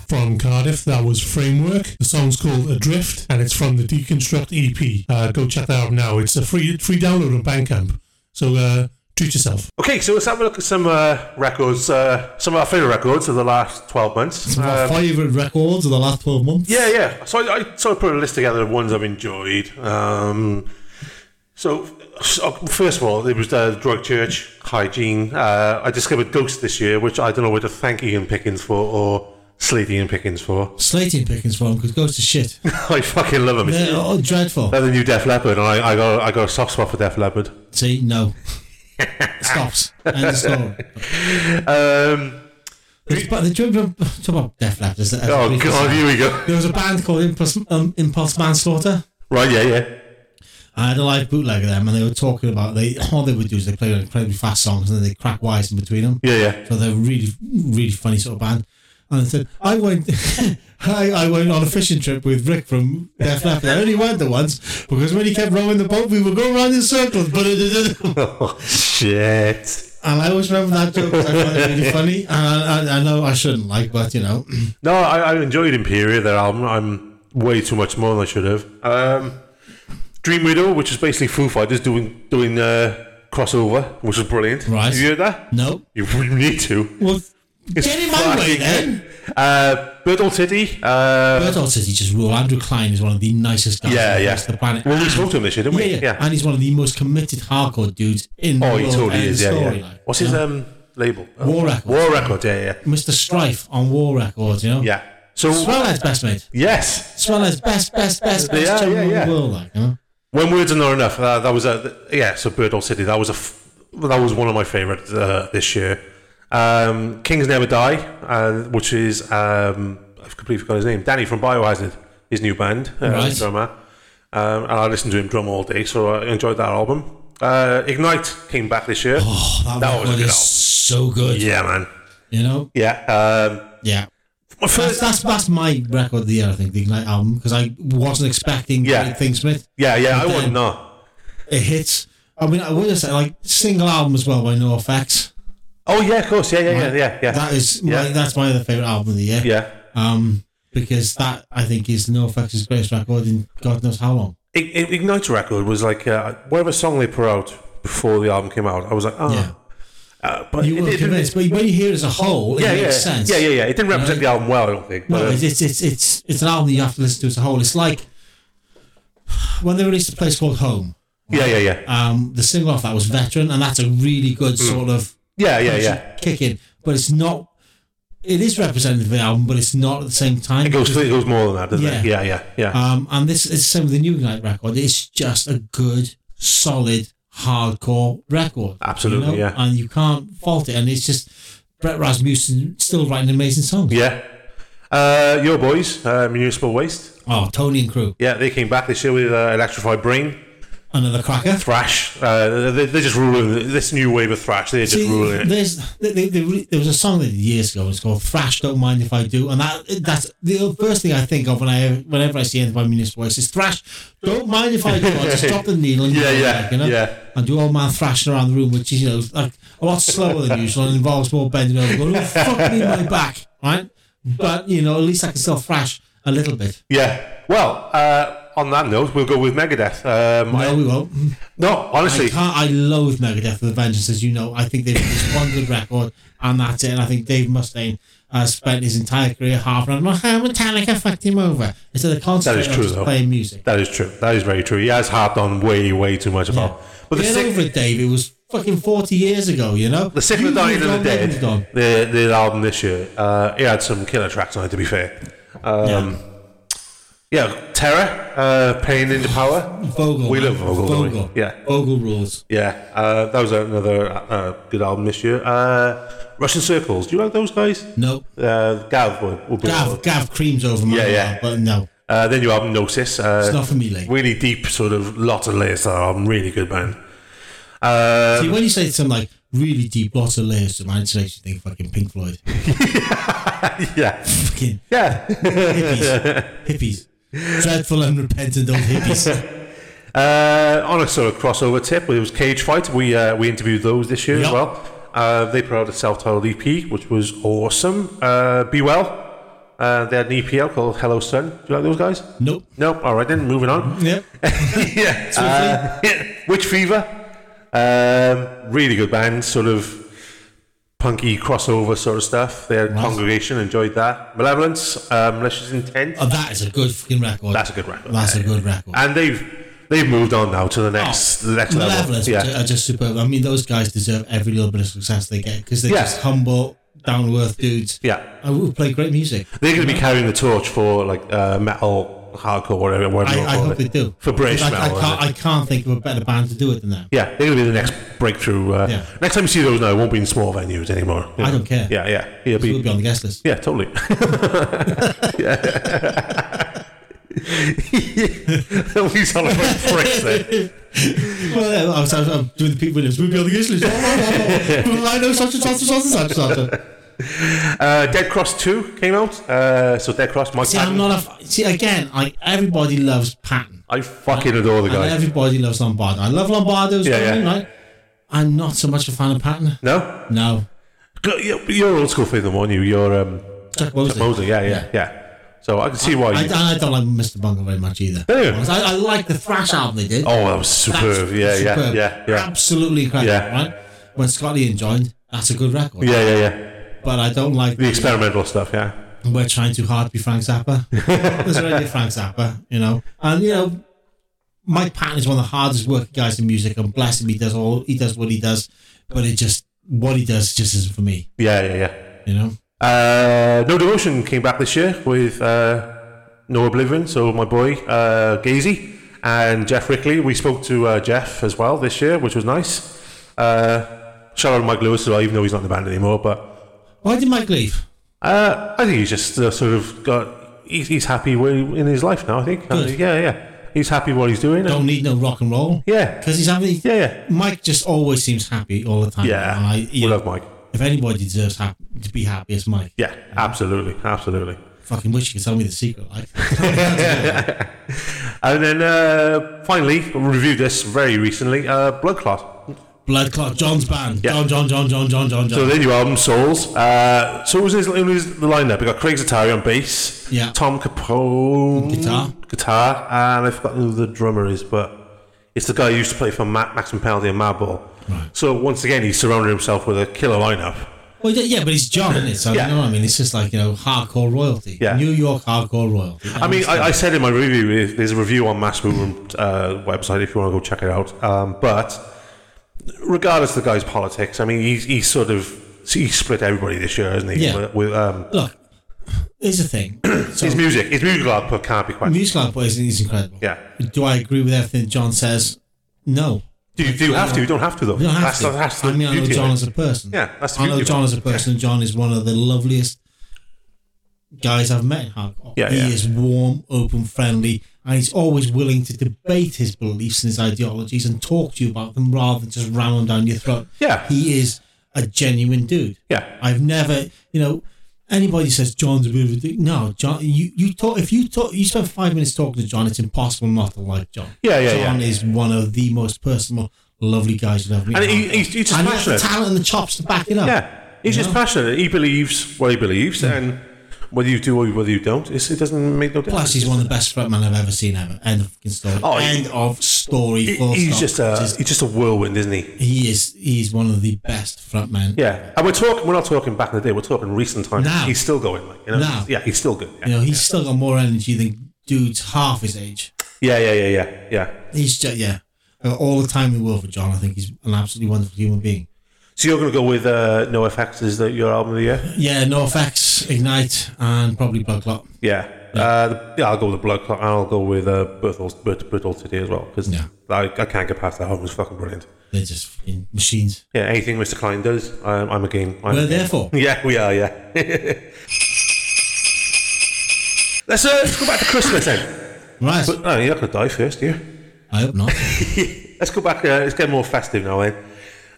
From Cardiff, that was Framework. The song's called Adrift, and it's from the Deconstruct EP. Uh, go check that out now. It's a free free download on Bandcamp. So uh, treat yourself.
Okay, so let's have a look at some uh, records, uh, some of our favourite records of the last 12 months.
Some of our
Um,
favourite records of the last 12 months.
Yeah, yeah. So I, I sort of put a list together of ones I've enjoyed. Um, so, so first of all, it was uh, Drug Church, Hygiene. Uh, I discovered Ghost this year, which I don't know whether to thank Ian Pickens for or Sleety and Pickens for.
Slating Pickens for him because it goes to shit.
I fucking love him.
They're all dreadful.
They're the new Def Leppard, and I, I got I got a soft spot for Def Leppard.
See, no. Stops. End of story.
Um,
It's- But the talk about Def Leppard. is that-
oh god, here we go.
There was a band called Impulse, um, Impulse Manslaughter.
Right, yeah, yeah.
I had a live bootleg of them, and they were talking about they all they would do is they play incredibly fast songs, and then they crack wise in between them.
Yeah, yeah.
So they're really, really funny sort of band. And I said, I went, I, I went on a fishing trip with Rick from Def Leppard. I only went the once because when he kept rowing the boat, we were going around in circles. But and
Oh shit.
I always remember that joke. 'cause I find it really funny. And I, I, I know I shouldn't like, but you know,
No, I, I enjoyed Imperia, their album. I'm way too much more than I should have. Um, Dream Widow, which is basically Foo Fighters doing doing uh, crossover, which was brilliant.
Right.
Have you heard that?
no.
You need to.
Well,
It's
get in my way
fucking-
then.
Uh, Birdle City. Uh,
Bird says he just rule. Andrew Klein is one of the nicest guys
Yeah,
on the
yeah.
face of the planet.
Well, we spoke to him this year, didn't
yeah,
we?
yeah. And he's one of the most committed hardcore dudes in the
Oh,
world.
he totally
and
is.
the
Yeah,
story,
yeah.
like,
What's
you
his
know?
um label? Uh,
War Records.
War record. Yeah, yeah.
Mr. Strife on War Records, you know?
Yeah. So
Swellhead's best mate.
yes,
Swellhead's best, best, best, best
Yeah,
yeah,
yeah,
in
yeah.
the world, like, you know?
when words are not enough. Uh, that was a yeah. So Birdall City. That was a f- that was one of my favourite uh, this year. Um, Kings Never Die, uh, which is um, I've completely forgotten his name. Danny from Biohazard, his new band, uh,
Right.
drummer. Um, and I listened to him drum all day, so I enjoyed that album. Uh, Ignite came back this year.
Oh, that,
That was
record
a good
is so good,
Yeah, man.
you know?
Yeah. Um,
Yeah.
my
That's,
first.
that's, that's my record of the year, I think, the Ignite album, because I wasn't expecting
Yeah.
great things from it.
Yeah, yeah. I wouldn't
then-
know.
It hits. I mean, I would have said, like, single album as well by No Effects.
Oh yeah, of course. Yeah, yeah, yeah, yeah. yeah.
That is
Yeah.
my, that's my other favourite album of the year.
yeah.
um, because that I think is NoFX's greatest record in God knows how long.
Ig- Ig- Ignite record was like uh, whatever song they put out before the album came out. I was like, oh.
Yeah.
Uh, but
You
it,
were
it didn't.
convinced, but when you hear it as a whole, it
yeah,
makes
yeah,
sense.
yeah, yeah, yeah. It didn't represent the album well, I don't think. But,
No,
uh,
it's, it's it's it's it's an album that you have to listen to as a whole. It's like when they released a place called Home.
yeah, yeah, yeah,
Um, the single off that was Veteran, and that's a really good sort of
yeah, Hmm. yeah, yeah.
kick in. But it's not. It is representative of the album, but it's not at the same time.
It goes, it goes more than that, doesn't it? Yeah,
Yeah.
yeah, yeah.
Um, and this is the same with the New Night record. It's just a good, solid, hardcore record.
Absolutely, yeah.
And you can't fault it. And it's just Brett Rasmussen still writing amazing songs.
yeah. Uh, your boys, uh, Municipal Waste.
Oh, Tony and crew,
Yeah, they came back this year with uh, Electrified Brain,
another cracker.
Thrash. Uh, they, they're just ruling this new wave of thrash. They're just
See,
ruling it.
there's they, they, they, re- there was a song that they did years ago. It's called "Thrash Don't Mind If I Do," and that that's the first thing I think of when I whenever I see anything by Municipal Waste is "Thrash Don't Mind If I Do." I just stop the needle and
Yeah,
go
yeah,
back, you know?
yeah.
and do old man thrashing around the room, which is you know like a lot slower than usual and involves more bending over. Going, oh, fuck me in my back, right? But you know, at least I can still thrash a little bit.
Yeah. Well, uh, on that note, we'll go with Megadeth. Um,
No,
I,
we won't.
no,
I
honestly,
can't. I loathe Megadeth with a vengeance, as you know. I think they've just one good record, and that's it. And I think Dave Mustaine has spent his entire career half around. Well, how Metallica fucked him over instead of concentrating
true,
on just
though.
playing music.
That is true. That is very true. He has harped on way, way too much about. But the
Get
sick,
over it, Dave. It was fucking forty years ago. You know,
the sick of
You
dying
moved
and the
on, they moved on.
dead. The the album this year. Uh, he had some killer tracks on it. To be fair. Um, yeah. Terror. Uh, Pain into power.
Vogel.
We
man.
love Vogel, don't we?
Vogel.
Yeah.
Vogel rules.
Yeah. Uh, that was another uh, good album this year. Uh, Russian Circles. Do you like those guys?
No.
Uh, Gav would, would be
Gav, Gav creams over my
Yeah,
yeah,
yeah.
but no,
Uh, then your album Gnosis. Uh,
it's not for me, like.
Really deep, sort of lots of layers. to That album really good band. Uh,
See, when you say something like really deep, lots of layers to my insulation, think fucking Pink Floyd.
yeah,
fucking
yeah.
hippies. hippies. Dreadful and repentant old hippies.
Uh, on a sort of crossover tip, it was Cage Fight. We uh, we interviewed those this year as
Yep.
well. Uh, they put out a self-titled EP, which was awesome. Uh, Be well. Uh, they had an EP out called Hello Sun. Do you like those guys?
Nope.
No. All right then. Moving on.
Yep.
yeah. Uh, yeah. Witch Fever. Um, really good band, sort of punky crossover sort of stuff. Their congregation enjoyed that. Malevolence, uh, Malicious Intent.
Oh, that is a good fucking record.
That's a good record.
That's a
Yeah,
good record.
and they've they've moved on now to the next the next level.
Malevolence uh,
Yeah.
are just superb. I mean, those guys deserve every little bit of success they get because they're
Yeah.
just humble. down to earth dudes
Yeah.
uh, who play great music.
They're going to be carrying the torch for like uh, metal, hardcore,
I,
whatever. whatever you wanna
I
call
hope
it.
they do.
For British
I, I,
metal. isn't
can't,
it?
I can't think of a better band to do it than that.
yeah, they're going to be the next breakthrough. Uh,
Yeah.
Next time you see those now, it won't be in small venues anymore.
I don't care.
Yeah, yeah. It'll
It
be,
would be on the guest list.
Yeah, totally. yeah. we sound like pricks there.
Well, yeah, I was, I was, I was doing the Pete Williams. We'll be on the guest list. Oh, oh, oh, oh. I know such and such and such and such and such.
Uh, Dead Cross 2 came out. Uh, so Dead Cross, Mike
See, I'm
Patton.
not a. f- See, again, I, everybody loves Patton.
I fucking adore the
And
guy.
everybody loves Lombardo. I love Lombardo,
Yeah,
yeah,
yeah.
right? I'm not so much a fan of Patton.
no?
No.
Go- you- You're old school fan, though, aren't you? You're um,
Jack Mosley.
Mosley. Yeah, yeah, yeah, So I can see why
I,
you.
I don't like Mr. Bungle very much either.
Yeah.
I, I like the thrash album they did.
oh, that was superb. yeah,
superb.
yeah, yeah, yeah.
Absolutely incredible,
Yeah.
right? When Scott Ian joined, that's a good record.
Yeah, yeah, yeah.
But I don't like
The experimental stuff, yeah.
we're trying too hard to be Frank Zappa. There's already Frank Zappa, you know. And you know, Mike Patton is one of the hardest working guys in music, and bless him, he does all he does what he does. But it just what he does just isn't for me,
Yeah, yeah, yeah.
you know.
Uh, no Devotion came back this year with uh, No Oblivion, so my boy uh, Gazy and Jeff Rickley. We spoke to uh, Jeff as well this year, which was nice. Uh, shout out to Mike Lewis as well, even though he's not in the band anymore. But
Why did Mike leave?
uh, I think he's just uh, sort of got. He's, he's happy where he- in his life now, I think. Uh,
Good.
yeah, yeah. He's happy what he's doing. and-
Don't need no rock and roll.
Yeah.
because he's having.
Yeah, yeah.
Mike just always seems happy all the time.
Yeah.
and I,
we
you know,
love Mike.
if anybody deserves hap- to be happy, it's Mike.
Yeah, absolutely. Absolutely.
Fucking wish you could tell me the secret. Like,
And then uh, finally, we reviewed this very recently uh, Blood Clot.
Blood Clot, John's band.
Yeah.
John, John, John, John, John, John, John.
So their new album, Souls. Uh, so it was, his, it was the lineup. We got Craig Zatari on bass,
Yeah.
Tom Capone
Guitar.
guitar, and I forgot who the drummer is, but it's the guy who used to play for Ma- Maxim Penalty and Madball.
Right.
So once again, he surrounded himself with a killer lineup.
Well, yeah, yeah, but it's John, isn't it? So
Yeah.
you know what I mean. It's just like you know, hardcore royalty.
Yeah.
New York hardcore royalty.
I mean, I, I said in my review, if- there's a review on Mass Movement uh, website if you want to go check it out. Um, but regardless of the guy's politics, I mean, he's, he's sort of he split everybody this year, isn't he?
Yeah.
With, with, um,
look. Here's the thing.
his music, his musical output can't be quite.
Musical output is, is incredible.
Yeah.
Do I agree with everything John says? No.
Do you, do you have to? You don't have to though.
I don't have
that's,
to.
The, that's the
I mean, I know
beauty of
John
it.
as a person.
Yeah, that's the
I know
beauty of
John
it.
as a person. and John is one of the loveliest guys I've met in hardcore.
Yeah,
he
yeah.
is warm, open, friendly, and he's always willing to debate his beliefs and his ideologies and talk to you about them rather than just ram them down your throat.
Yeah.
he is a genuine dude.
Yeah,
I've never, you know, anybody says John's a bit of a dick. No, John, you, you talk, if you talk, you spend five minutes talking to John, it's impossible not to like John.
Yeah, yeah,
John
yeah.
is one of the most personal, lovely guys you'll ever meet.
And he- he's- he's just
and he has the
passionate.
talent and the chops to back it up.
yeah. He's
You
just
know?
passionate. He believes what he believes, and whether you do or whether you don't, it's, it doesn't make no difference.
Plus, he's one of the best frontmen I've ever seen ever. End of fucking story.
Oh, he-
End of story.
He-
full
he's
stop.
just a he's just a whirlwind, isn't he?
he is he's one of the best frontmen.
Yeah, and we're talking. We're not talking back in the day. We're talking recent times.
Now.
He's still going, like, you know.
Now.
Yeah, he's still good. Yeah,
You know, he's still got more energy than dudes half his age.
yeah, yeah, yeah, yeah. yeah.
He's just yeah. Uh, all the time in the world for John. I think he's an absolutely wonderful human being.
So you're going to go with uh, No Effects is the, your album of the year?
Yeah, NoFX, Ignite, and probably Blood Clot.
Yeah. Uh, yeah, I'll go with the Blood Clot, and I'll go with uh, Berthold, Bert, Berthold today as well because
Yeah.
I, I can't get past that album. It's fucking brilliant.
They're just fucking machines.
Yeah, anything Mr. Klein does, I'm, I'm a game. I'm
We're
a game.
there for.
Yeah, we are. Yeah. let's, uh, let's go back to Christmas then.
Right.
But no, you're not going to die first, yeah.
I hope not.
Let's go back. Uh, let's get more festive now. Then.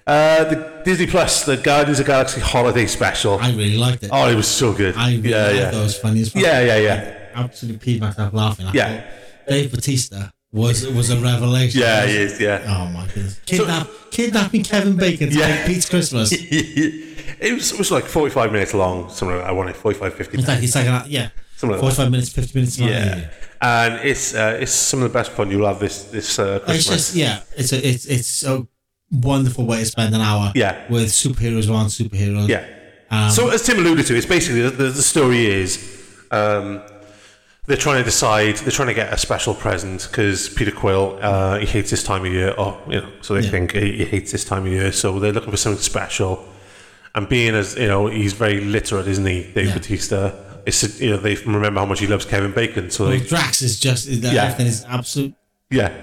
Uh, the Disney Plus, the Guardians of the Galaxy Holiday Special.
I really liked it.
oh, it was so good.
I really
yeah,
liked
yeah.
those funny as fuck.
Yeah, yeah, yeah.
I absolutely peed myself laughing. I
Yeah.
thought Dave Batista was was a revelation.
Yeah, he is. Yeah.
Oh my goodness. Kidnap, kidnapping Kevin Bacon to
Yeah.
make Pete's Christmas. It's
it, was, it was like 45 minutes long. Something like that. I wanted 45, 50
like it's like an, yeah.
Something like that.
45 minutes, 50 minutes. something like that.
Yeah. And it's uh, it's some of the best fun you'll have this this uh, Christmas.
It's just yeah, it's a it's it's a wonderful way to spend an hour.
Yeah.
with superheroes who aren't superheroes.
Yeah.
Um,
so as Tim alluded to, it's basically the, the, the story is um, they're trying to decide, they're trying to get a special present because Peter Quill uh, he hates this time of year, or you know, so they
Yeah.
think he, he hates this time of year. So they're looking for something special, and being as you know, he's very literate, isn't he, Dave
Yeah.
Batista? It's you know they remember how much he loves Kevin Bacon, so
Well,
they,
Drax is just is that
Yeah.
everything is absolute.
yeah.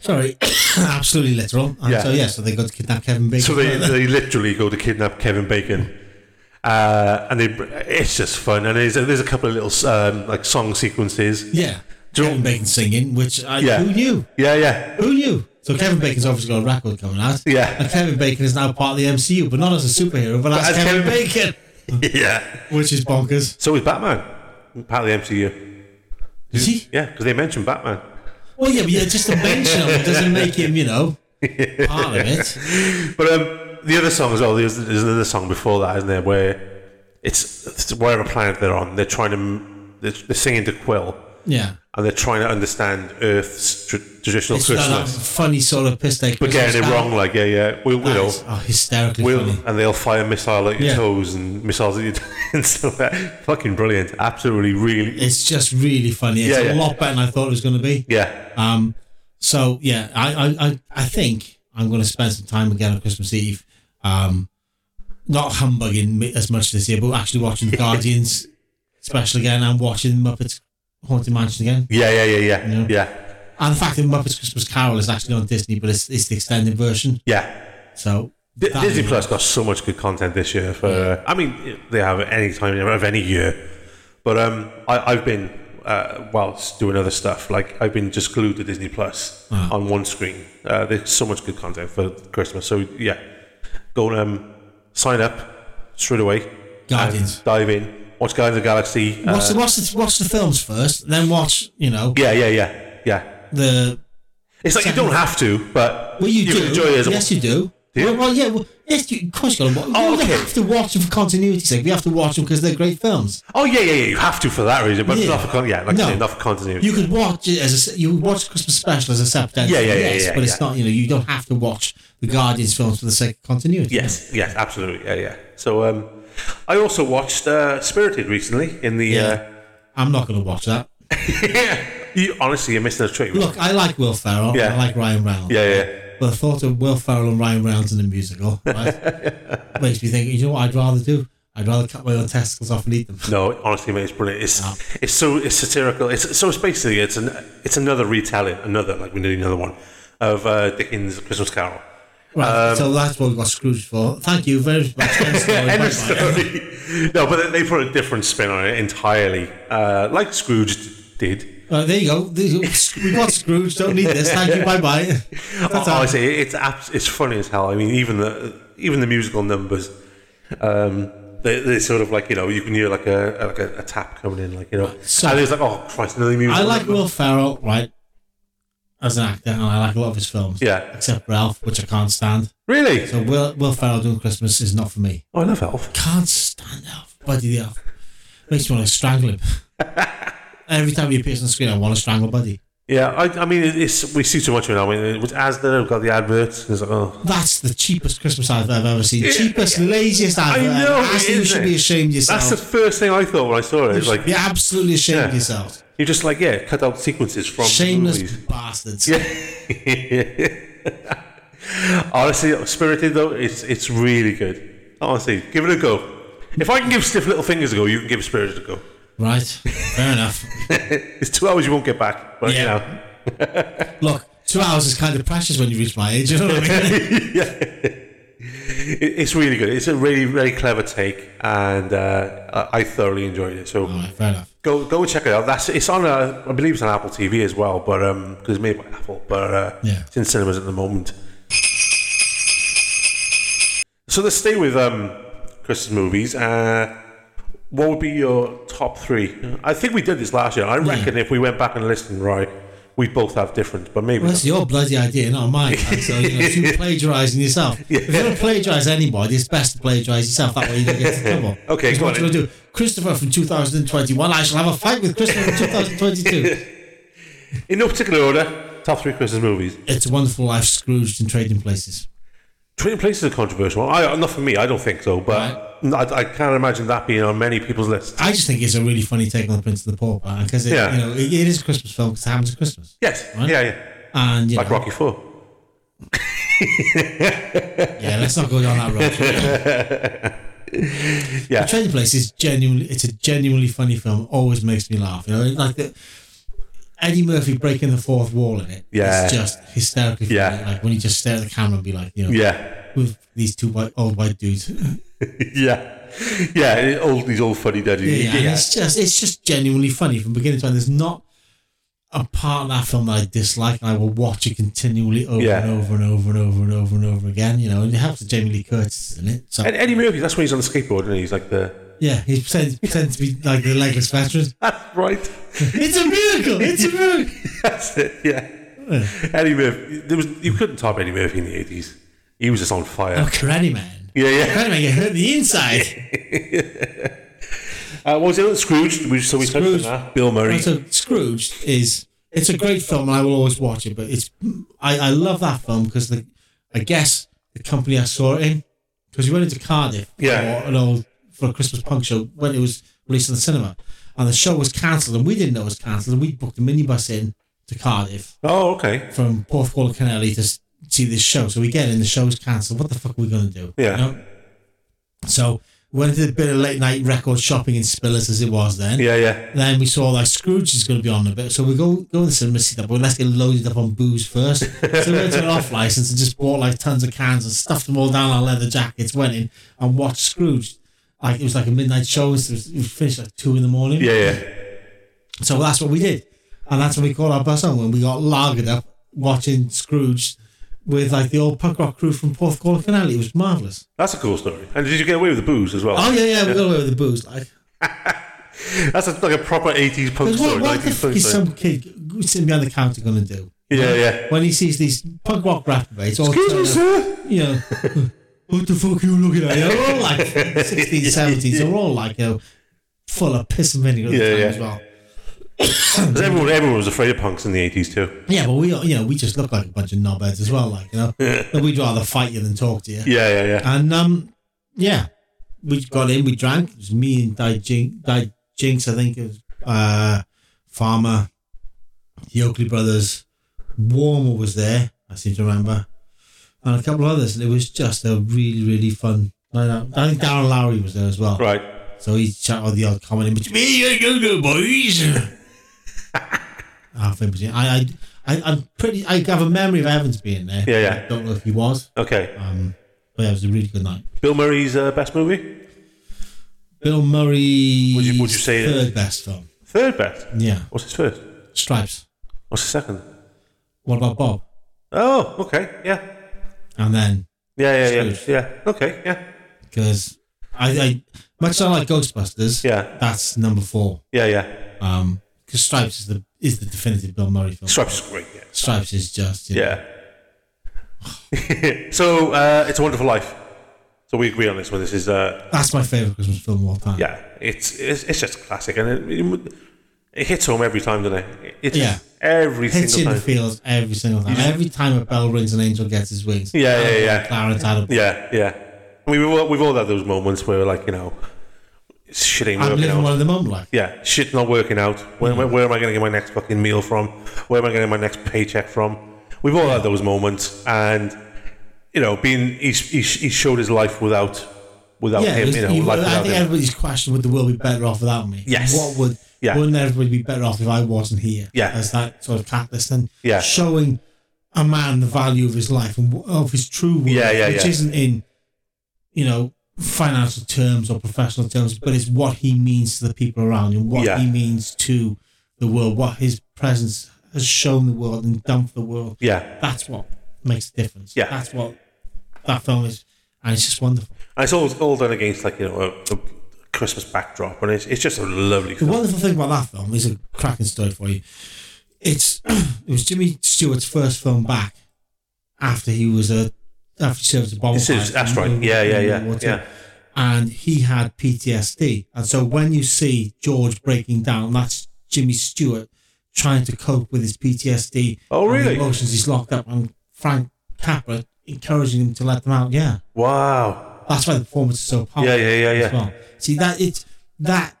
Sorry, absolutely literal. And
Yeah.
So yeah, so they got to kidnap Kevin Bacon.
So they,
further.
they literally go to kidnap Kevin Bacon, uh, and they it's just fun. And there's, there's a couple of little um, like song sequences.
yeah, Kevin Bacon singing, which I,
Yeah.
who knew?
Yeah, yeah,
Who knew? So Kevin Bacon's obviously got a record coming out.
Yeah.
and Kevin Bacon is now part of the MCU, but not as a superhero, but, as,
as
Kevin,
Kevin-
Bacon,
yeah.
which is bonkers.
So is Batman part of the MCU?
Is he?
Yeah, because they mentioned Batman.
Well, yeah, but yeah, just a mention of it doesn't make him, you know, part of it.
But um, the other song as well. There's, there's another song before that, isn't there? Where it's, it's whatever planet they're on. They're trying to they're, they're singing to Quill,
Yeah.
and they're trying to understand Earth's tr- traditional
It's that,
Christmas.
like, funny sort of piss take.
But getting it wrong, like yeah, yeah, we will.
Oh, hysterically
Will
funny.
and they'll fire missile at your
Yeah.
toes and missiles at your toes and stuff like that. Fucking brilliant. Absolutely, really.
It's just really funny. It's
Yeah,
a
yeah.
lot better than I thought it was going to be.
Yeah.
Um, so yeah, I, I, I, I think I'm going to spend some time again on Christmas Eve. Um, not humbugging me as much this year, but actually watching the Guardians special again and watching Muppets Haunted Mansion again.
Yeah, yeah, yeah, yeah.
Yeah.
Yeah. Yeah.
And the fact that Muppets Christmas Carol is actually on Disney, but it's, it's the extended version. So
D-
that-
Disney Plus got so much good content this year for I mean they have it any time of any year. But um I, I've been uh, whilst doing other stuff, like I've been just glued to Disney Plus
Uh-huh.
on one screen. Uh, there's so much good content for Christmas. So yeah. Go and um, sign up straight away.
Guardians.
And dive in. Watch Guardians of the Galaxy. uh,
Watch the, watch, the, watch the films first, then watch, you know,
Yeah, yeah, yeah, yeah.
the
It's like you don't have to, but
Well, you,
you
do.
can enjoy it as a
yes, you do.
you?
Well, well, yeah. Well, yes, you, of course you got to watch.
Oh,
we don't
okay.
have to watch them for continuity's sake. We have to watch them because they're great films.
Oh yeah, yeah, yeah. You have to for that reason, but
Yeah.
it's not for con- yeah, like
No.
I say, not for continuity.
You could watch it as a se- you would watch Christmas special as a separate entity,
Yeah, yeah, yeah,
yes,
yeah,
but it's
yeah.
not. You know, you don't have to watch the Guardians films for the sake of continuity.
yes, yes, absolutely. Yeah, yeah. So um, I also watched uh, Spirited recently in the.
Yeah. I'm not going to watch that.
Uh, yeah. You honestly, you're missing a treat.
Look, I like Will Ferrell.
Yeah.
I like Ryan Reynolds.
Yeah, yeah.
But the thought of Will Ferrell and Ryan Reynolds in a musical right, makes me think. You know what? I'd rather do. I'd rather cut my own testicles off and eat them.
No, honestly, mate, it's brilliant. It's it's so it's satirical. It's so it's basically it's an it's another retelling, another like we need another one of uh, Dickens' Christmas Carol.
Right.
Um,
so that's what we got Scrooge for. Thank you very much. End story.
End
Bye-bye.
of story. no, but they they put a different spin on it entirely, uh, like Scrooge d- did.
Uh, there you go. There you go. We got Scrooge. Don't need this. Thank you. Bye bye. That's
Oh,
all.
I say it- it's abs- it's funny as hell. I mean, even the even the musical numbers, um, they they sort of like you know you can hear like a a- like a, a tap coming in like you know,
So-
and it's like oh Christ, another musical.
I like
number.
Will Ferrell, right, as an actor, and I like a lot of his films.
Yeah.
Except Ralph, which I can't stand.
really.
So Will Will Ferrell doing Christmas is not for me.
Oh, I love Elf.
Can't stand Elf. Buddy the Elf. Makes me want to strangle him. Every time he appears on screen, I want to strangle Buddy.
Yeah, I, I mean it- it's we see too much of it now. I mean, it was Asda we've got the adverts. It's like oh
That's the cheapest Christmas advert I've ever seen. Cheapest, laziest advert.
I
ever.
know,
Actually, you
isn't
should
it? eh?
be ashamed of yourself.
that's the first thing I thought when I saw it. It's like
You're absolutely ashamed of
Yeah.
yourself.
you just like yeah, cut out sequences from
Shameless
movies.
bastards.
Honestly, Spirited though, it's it's really good. Honestly, give it a go. If I can give Stiff Little Fingers a go, you can give Spirited a go.
Right. Fair enough.
It's two hours you won't get back, but
Yeah. Look, two hours is kind of precious when you reach my age. You know what I mean?
you know, it, it's really good. It's a really really clever take, and uh, I I thoroughly enjoyed it. So
All right. Fair enough.
go go and check it out. That's it's on uh, I believe it's on Apple TV as well, but um, because it's made by Apple, but uh,
Yeah.
it's in cinemas at the moment. So let's stay with um, Christmas movies. Uh, what would be your top three? I think we did this last year. I reckon if we went back and listened, right, we both have different, but maybe
Well, that's your bloody idea, not mine. man. So you know, you're plagiarising yourself. If you're going to plagiarise anybody, it's best to plagiarise yourself. That way you don't get into trouble.
Okay,
Because
go
what
on
you
then.
do? Christopher from 2021. I shall have a fight with Christopher from 2022.
in no particular order. Top three Christmas movies.
It's a Wonderful Life, Scrooged, and Trading Places.
Trading Places is a controversial one. I, not for me, I don't think so, but I, I can't imagine that being on many people's lists.
I just think it's a really funny take on the Prince of the Pauper because it,
Yeah.
you know, it, it is a Christmas film because it happens at Christmas.
Yes,
Right.
yeah, yeah.
And you
Like
know,
Rocky Four.
yeah, let's not go down that road.
Yeah.
Trading Place is genuinely it's a genuinely funny film. Always makes me laugh. You know, like the Eddie Murphy breaking the fourth wall in it.
Yeah.
it's just hysterically funny.
Yeah.
Like when he just stare at the camera and be like, you know,
Yeah.
with these two white old white dudes. yeah,
Yeah. Yeah. Old, he's all funny, daddy.
yeah. and
Yeah.
it's just it's just genuinely funny from beginning to end. There's not a part of that film that I dislike, and I will watch it continually over
Yeah.
and over and over and over and over and over again. You know, and it helps that Jamie Lee Curtis is in it. So
And Eddie Murphy, that's when he's on the skateboard, and he's like the.
yeah, he pretends, pretends to be like the legless veterans.
That's right.
It's a miracle. It's a miracle.
That's it. Yeah. Eddie Murphy. There was you couldn't top Eddie Murphy in the eighties. He was just on fire.
Oh, karate man.
Yeah, yeah.
Karate man get hurt in the inside.
Uh, what was the other Scrooge? We, so we touched on
Scrooge.
that. Bill Murray.
so Scrooge is it's a great film and I will always watch it. But it's I, I love that film because the I guess the company I saw it in because we went into Cardiff
Yeah.
for an old for a Christmas punk show when it was released in the cinema and the show was cancelled and we didn't know it was cancelled and we booked a minibus in to Cardiff
oh, okay.
from Porthcawl and Canelli to s- see this show. So we get in, the show's cancelled. What the fuck are we going to do?
Yeah.
So we went to a bit of late night record shopping in Spillers as it was then.
Yeah, yeah.
Then we saw like Scrooge is going to be on a bit. So we go go in the cinema see that, but let's get loaded up on booze first. so we went to an off license and just bought like tons of cans and stuffed them all down our leather jackets, went in and watched Scrooge. Like it was like a midnight show. It was, it was finished like two in the morning.
Yeah, yeah.
So that's what we did. And that's when we called our bus home when we got lagered up watching Scrooge with like the old punk rock crew from Porthcawl and Canal. It was marvellous.
That's a cool story. And did you get away with the booze as well?
Oh yeah, yeah, we got away with the booze. Like,
That's a, like a proper eighties punk
because
story.
what, what the
90s
fuck
punk
is
story.
some kid g- sitting behind the counter going to do
Yeah, yeah.
when he sees these punk rock rapidates? All
Excuse me,
turn up,
sir.
you know, what the fuck are you looking at? They're all like 16, 17s. They're all like you know, full of piss and vinegar at the
Yeah,
time
yeah.
as well.
'Cause everyone, everyone was afraid of punks in the eighties too.
Yeah, but we, you know, we just look like a bunch of knobheads as well. Like you know, that we'd rather fight you than talk to you.
Yeah, yeah, yeah.
And um, yeah, we got in, we drank. It was me and Di Jinx, Di Jinx I think it was uh, Farmer, the Oakley Brothers. Warmer was there, I seem to remember, and a couple of others. And it was just a really, really fun night out. I think Darren Lowry was there as well.
Right.
So he shouted the odd comment in between. Me, you go, go, boys. Half in between. I, I, I, I'm pretty. I have a memory of Evans being there.
Yeah, yeah.
Don't know if he was,
Okay.
but yeah, it was a really good night.
Bill Murray's uh, best movie.
Bill Murray.
Would you- would you say it-
third best film?
Third best.
Yeah,
What's his first?
Stripes.
What's his second?
What about Bob?
Oh, okay. Yeah.
And then
Yeah, yeah, yeah,
Scrooge.
yeah. Okay, yeah,
because I, I much as I like Ghostbusters,
Yeah.
that's number four.
yeah, yeah.
Um, because Stripes is the is the definitive Bill Murray film.
Stripes is great. Yeah.
Stripes is just you know,
yeah. so uh, it's a Wonderful Life. So we agree on this one. This is uh,
That's my favorite Christmas film of all time.
yeah, it's it's, it's just a classic, and it, it hits home every time, doesn't it? It's
Yeah.
every
Hits you in
single
the
time.
fields every single time. Every time a bell rings, an angel gets his wings.
Yeah, yeah, yeah.
Clarence Adam.
Yeah, yeah. I mean, we've all, we've all had those moments where we're like, you know, shit ain't
I'm
working
living
out.
one of them on like.
yeah, shit's not working out. Where,
Mm.
where, where am I going to get my next fucking meal from? Where am I going to get my next paycheck from? We've all had those moments, and you know, being he, he, he showed his life without without
Yeah, it
Oh, him.
was-
You know,
you-
life
I
without
think
him.
everybody's question would the world be better off without me?
Yes.
What would
Yeah.
wouldn't everybody be better off if I wasn't here?
Yeah.
As that sort of catalyst and
Yeah.
showing a man the value of his life and wh- of his true worth,
Yeah, yeah,
which
yeah.
isn't in you know financial terms or professional terms, but it's what he means to the people around him, what
Yeah.
he means to the world, what his presence has shown the world and done for the world.
Yeah,
That's what makes the difference.
Yeah.
That's what that film is, and it's just wonderful.
and it's all all done against like you know a, a Christmas backdrop, and it's it's just a lovely.
The
Film.
wonderful thing about that film is a cracking story for you. It's it was Jimmy Stewart's first film back after he was a after he served as a bomber.
This is
pilot
that's
in
right.
World-
Yeah, yeah,
in World
yeah,
War Two.
yeah.
And he had PTSD, and so when you see George breaking down, that's Jimmy Stewart trying to cope with his PTSD.
Oh,
and the
really?
emotions he's locked up, and Frank Capra encouraging him to let them out. Yeah.
Wow.
That's why the performance is so powerful.
Yeah, yeah, yeah, yeah.
As well. See that it's that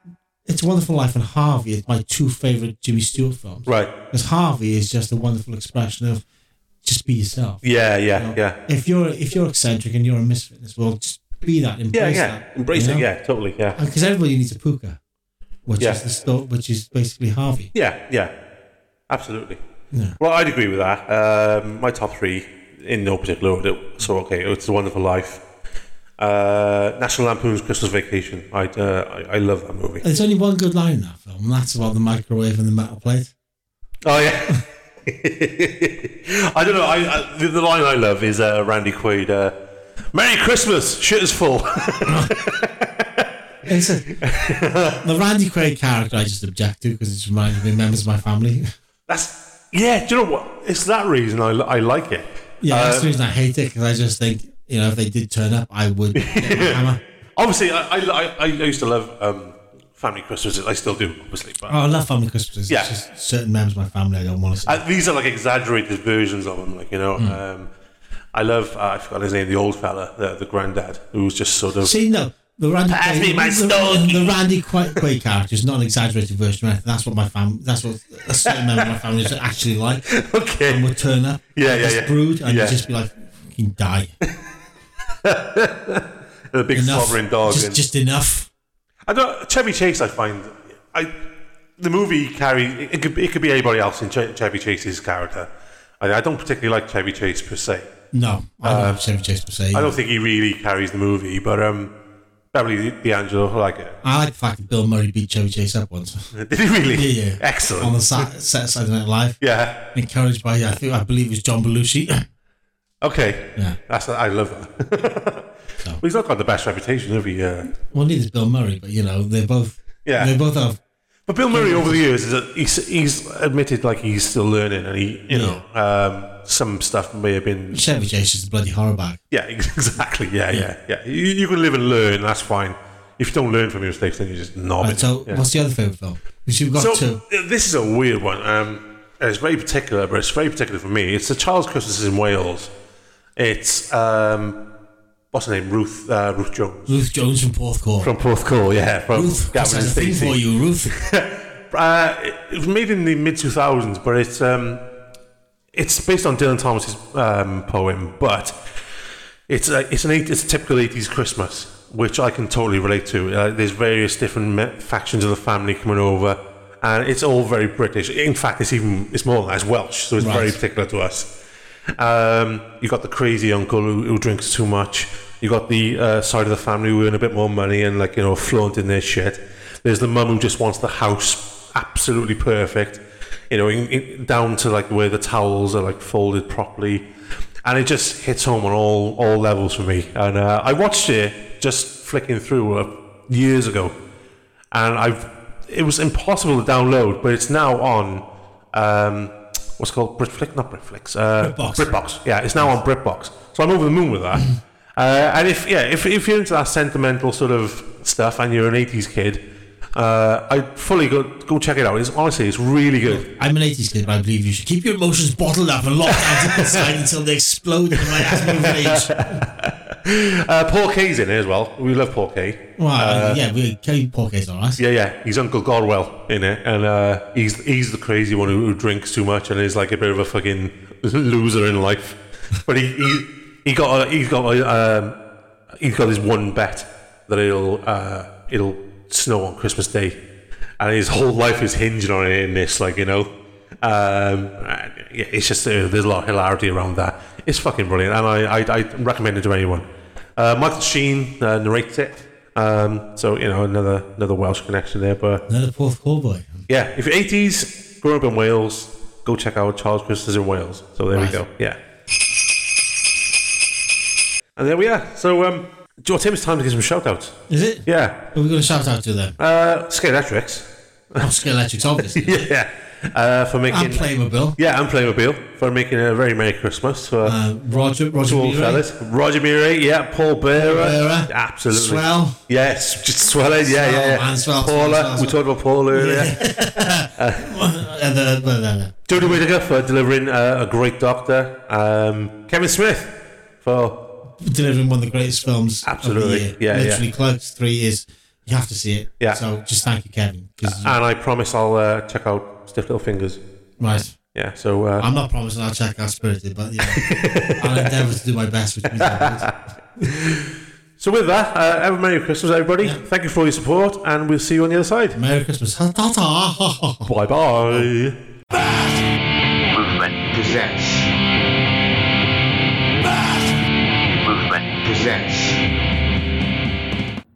it's a Wonderful Life and Harvey is my two favorite Jimmy Stewart films.
Right.
Because Harvey is just a wonderful expression of just be yourself.
Yeah, yeah, yeah,
If you're if you're eccentric and you're a misfit in this world, just be that. Embrace
Yeah, yeah.
that.
Embrace
you
it.
know?
Yeah, totally. Yeah.
Because everybody needs a puka, which
Yeah.
is the sto- which is basically Harvey.
Yeah, yeah, absolutely.
Yeah.
Well, I'd agree with that. Um, my top three, in no particular order. So, okay, it's a Wonderful Life, uh, National Lampoon's Christmas Vacation. I, uh, I I love that movie.
There's only one good line in that film, and that's about the microwave and the metal plate.
Oh yeah. I don't know. I, I the, the line I love is uh, Randy Quaid. Uh, Merry Christmas. Shit is full.
It's a, the Randy Quaid character I just object to because it reminds me of members of my family.
That's yeah. Do you know what? It's that reason I, li- I like it.
Yeah, that's the
Uh,
reason I hate it because I just think you know if they did turn up, I would. Get my hammer.
Obviously, I, I, I- I used to love um, Family Christmases. I still do, obviously. But
Oh, I love family Christmases.
Yeah.
It's just certain members of my family I don't want to see.
Uh, these are like exaggerated versions of him, like you
Hmm.
know. Um, I love. Uh, I forgot his name. The old fella, the, the granddad, who was just sort of.
See, no, the Randy
Pass
Quaid,
me my
the,
stogie.
the Randy Quaid, Quaid character is not an exaggerated version. Of anything. That's what my fam. That's what a certain member of my family is actually like.
okay.
And would turn up,
Yeah, yeah,
this
yeah.
brood, and
Yeah.
you'd just be like, "Fucking die,
the big
enough,
slobbering dog.
just,
and,
just enough."
I don't. Chevy Chase, I find, I the movie carry it, it could it could be anybody else in Ch- Chevy Chase's character. I, I don't particularly like Chevy Chase per se.
No, I don't have Chevy Chase per se.
Uh, I
I,
don't think he really carries the movie, but um, Beverly D'Angelo, I like it.
like the fact that Bill Murray beat Chevy Chase up once
Did he really?
Yeah, yeah. on
Excellent.
the sat, set of Saturday Night Live,
Yeah.
encouraged by I think I believe it was John Belushi.
Okay.
Yeah.
That's I love that. well, he's not got the best reputation, have he? Uh,
well, neither is Bill Murray, but you know they both.
Yeah.
They both have
But Bill Murray over the years is a, he's, he's admitted like he's still learning, and he you know um, some stuff may have been
Chevy Chase is a bloody horror bag.
Yeah, ex- exactly. Yeah, yeah, yeah. You, you can live and learn. That's fine. If you don't learn from your mistakes, then you just knob
Right,
it.
so
Yeah.
what's the other favourite film? Which you've got
So,
two.
th- this is a weird one. Um, it's very particular, but it's very particular for me. It's the Charles Christmas in Wales. It's um, what's her name, Ruth uh, Ruth Jones
Ruth Jones from Porthcawl.
from Porthcawl. Yeah, from
Ruth, that's
Gavin and
a thing
Stacey.
for you, Ruth.
Uh, it it was made in the mid 2000s, but it's um, it's based on Dylan Thomas's um, poem, but it's a, it's an eight, it's a typical 80s Christmas, which I can totally relate to. Uh, there's various different me- factions of the family coming over, and it's all very British. In fact, it's even it's more than that, it's Welsh, so it's very
Right.
particular to us. Um, you got the crazy uncle who, who drinks too much. You got the uh, side of the family who earn a bit more money and like you know flaunting their shit. There's the mum who just wants the house absolutely perfect, you know, in, in, down to like where the towels are like folded properly, and it just hits home on all all levels for me. And uh, I watched it just flicking through uh, years ago, and I've it was impossible to download, but it's now on um, what's it called Britflix, not Britflix, uh,
Britbox.
Britbox. Yeah, it's now on Britbox. So I'm over the moon with that. uh, and if yeah, if, if you're into that sentimental sort of stuff and you're an '80s kid, uh, I fully go go check it out. It's honestly, it's really good.
I'm an 80s kid, but I believe you should keep your emotions bottled up and locked down to the side until they explode in my asthma rage.
Uh, Paul Kay's in it as well. We love Paul Kay.
Well, yeah, we Kelly Porky's on us.
Yeah, yeah, he's Uncle Godwell in it, and uh, he's he's the crazy one who, who drinks too much and is like a bit of a fucking loser in life. But he he, he got a, he's got a, um, he's got his one bet that it'll uh, it'll snow on Christmas Day, and his whole life is hinging on it in this, like you know. Um, and yeah, it's just uh, there's a lot of hilarity around that. It's fucking brilliant, and I I, I recommend it to anyone. Uh, Michael Sheen uh, narrates it. Um, so you know another another Welsh connection there, but
Another Porthcawl boy.
yeah, if you're 80s, grew up in Wales, go check out Charles Christmas in Wales. So there we
Right.
go. Yeah, and there we are. So um, do you want- Tim? It's time to give some shout outs.
Is it?
Yeah,
Who are we going to shout out to then?
uh, Skate Electrics.
Oscar Electrics, obviously.
Yeah, uh, for making
And Playmobil.
yeah, and Playmobil for making a very merry Christmas for
Uh, Roger, Roger
to all
Murray.
fellas. Roger Murray, yeah, Paul Bearer,
Bearer.
absolutely
Swell.
Yes, just swell it. Yeah, yeah, yeah.
man, swell, swell,
Paula,
swell,
we
swell.
talked about Paul earlier.
Uh, the, well, no, no.
Jodie Whittaker for delivering uh, a great doctor. Um, Kevin Smith for
delivering one of the greatest films
Absolutely.
of the year.
Yeah,
literally
yeah.
close three years you have to see it
Yeah. uh,
so just thank you Kevin 'cause-
and I promise I'll uh, check out Stiff Little Fingers.
right
Yeah, so uh,
I'm not promising I'll check out Spirited but yeah I'll endeavour to do my best which means I won't.
So with that, uh, have a Merry Christmas, everybody. Thank you for all your support, and we'll see you on the other side.
Merry Christmas. Ta ta.
Bye bye.
Movement presents. Movement presents.